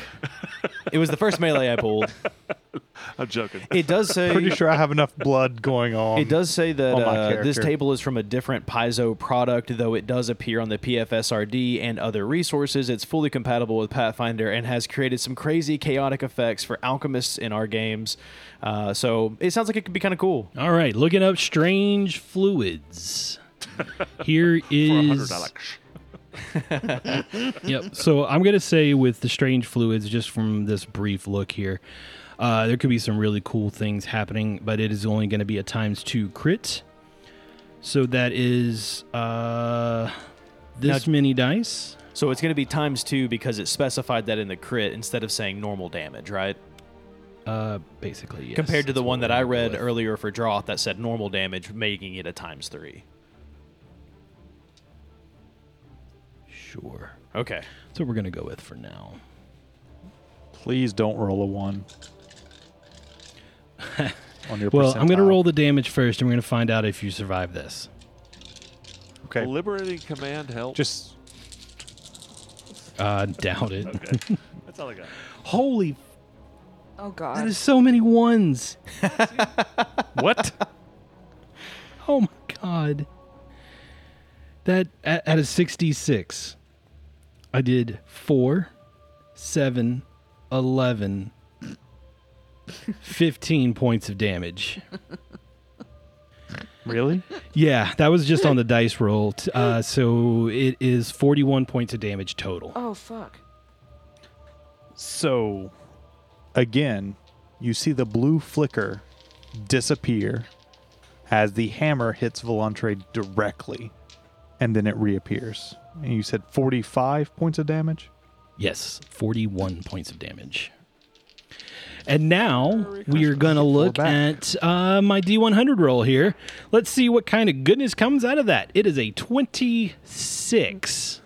Speaker 4: it was the first melee I pulled.
Speaker 2: I'm joking.
Speaker 4: It does say
Speaker 5: Pretty sure I have enough blood going on.
Speaker 4: It does say that
Speaker 5: on my
Speaker 4: uh, this
Speaker 5: character.
Speaker 4: table is from a different Paizo product, though it does appear on the PFSRD and other resources. It's fully compatible with Pathfinder and has created some crazy chaotic effects for alchemists in our games. Uh, so it sounds like it could be kind of cool.
Speaker 1: All right, looking up strange fluids. Here
Speaker 2: For a
Speaker 1: is
Speaker 2: hundred dollars.
Speaker 1: yep. So I'm gonna say with the strange fluids, just from this brief look here, uh, there could be some really cool things happening, but it is only gonna be a times two crit. So that is uh, this many dice.
Speaker 4: So it's going to be times two because it specified that in the crit instead of saying normal damage, right?
Speaker 1: Uh, basically, yes.
Speaker 4: Compared to the
Speaker 1: That's
Speaker 4: one
Speaker 1: what
Speaker 4: that
Speaker 1: we're
Speaker 4: I
Speaker 1: gonna go
Speaker 4: read
Speaker 1: with.
Speaker 4: earlier for Droth that said normal damage, making it a times three.
Speaker 1: Sure.
Speaker 4: Okay.
Speaker 1: That's what we're gonna go with for now.
Speaker 5: Please don't roll a one. on your
Speaker 1: Well, I'm gonna
Speaker 5: percentile.
Speaker 1: roll the damage first, and we're gonna find out if you survive this.
Speaker 5: Okay.
Speaker 2: Liberating command help.
Speaker 5: Just
Speaker 1: Uh, doubt it.
Speaker 2: okay. That's all I got.
Speaker 1: Holy,
Speaker 7: Oh God.
Speaker 1: that is so many ones.
Speaker 5: what?
Speaker 1: Oh my god. That at, at a 66, I did 4, 7, 11, 15 points of damage.
Speaker 5: really?
Speaker 1: Yeah, that was just on the dice roll. T- Uh, so it is 41 points of damage total.
Speaker 7: oh fuck.
Speaker 5: So, again, you see the blue flicker disappear as the hammer hits Volantre directly, and then it reappears. And you said 45 points of damage?
Speaker 1: Yes, 41 points of damage. And now we are going to look
Speaker 5: back.
Speaker 1: at uh, my D100 roll here. Let's see what kind of goodness comes out of that. It is a 26.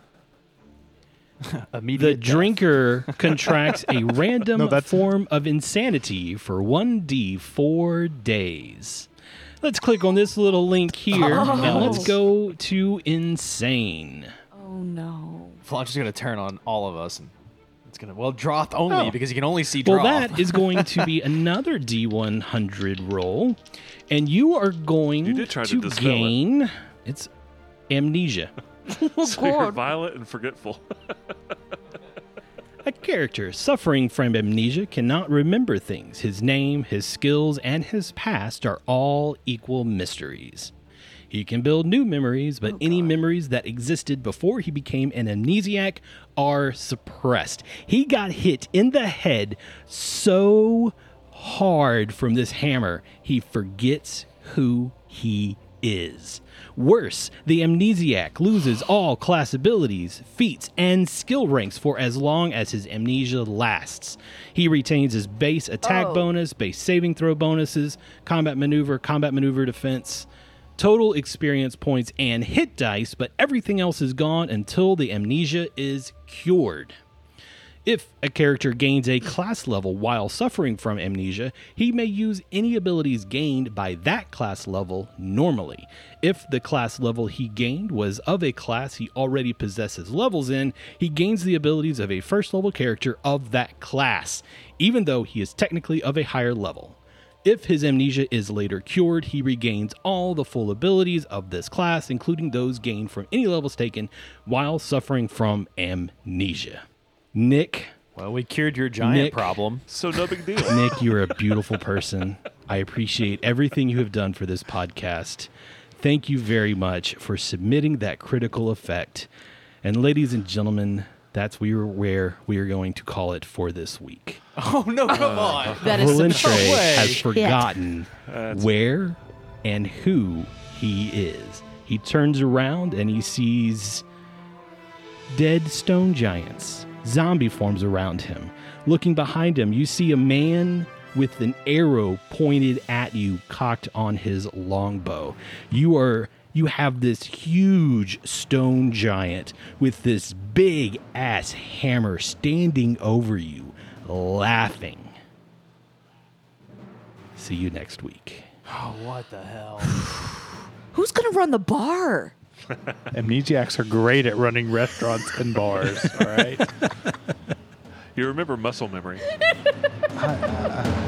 Speaker 1: The
Speaker 4: Immediate death.
Speaker 1: drinker contracts a random
Speaker 5: No, that's-
Speaker 1: form of insanity for 1d4 days. Let's click on this little link here and
Speaker 5: Oh.
Speaker 1: let's go to insane.
Speaker 7: Oh no.
Speaker 4: Flunch is going to turn on all of us. And it's going to, well, Droth only because you can only see
Speaker 1: Oh. Well,
Speaker 4: Droth.
Speaker 1: that is going to be another D100 roll, and you are going
Speaker 2: You did try to
Speaker 1: to,
Speaker 2: dispel it.
Speaker 1: gain it's amnesia,
Speaker 2: so you're
Speaker 7: God.
Speaker 2: violent and forgetful.
Speaker 1: a character suffering from amnesia cannot remember things. His name, his skills, and his past are all equal mysteries. He can build new memories,
Speaker 2: Oh,
Speaker 1: but any memories that existed before he became an amnesiac are suppressed. He got hit in the head so hard from this hammer, he forgets who he is. Worse, the amnesiac loses all class abilities, feats, and skill ranks for as long as his amnesia lasts. He retains his base attack
Speaker 7: Oh.
Speaker 1: bonus, base saving throw bonuses, combat maneuver, combat maneuver defense total experience points and hit dice, but everything else is gone until the amnesia is cured. If a character gains a class level while suffering from amnesia, he may use any abilities gained by that class level normally. If the class level he gained was of a class he already possesses levels in, he gains the abilities of a first level character of that class, even though he is technically of a higher level. If his amnesia is later cured, he regains all the full abilities of this class, including those gained from any levels taken while suffering from amnesia. Nick,
Speaker 4: Well, we cured your giant
Speaker 1: Nick.
Speaker 4: problem.
Speaker 2: so no big deal.
Speaker 1: Nick, you're a beautiful person. I appreciate everything you have done for this podcast. Thank you very much for submitting that critical effect. And ladies and gentlemen, that's we where we are going to call it for this week.
Speaker 4: Oh no!
Speaker 1: Uh,
Speaker 4: Come on.
Speaker 7: That is some
Speaker 1: Valentre
Speaker 4: No way.
Speaker 1: has forgotten where and who he is. He turns around and he sees dead stone giants, zombie forms around him. Looking behind him, you see a man with an arrow pointed at you, cocked on his longbow. You are you have this huge stone giant with this big ass hammer standing over you, laughing. See you next week.
Speaker 7: Who's gonna run the bar?
Speaker 5: Amnesiacs are great at running restaurants and bars. All right.
Speaker 2: You remember muscle memory.
Speaker 5: I, I-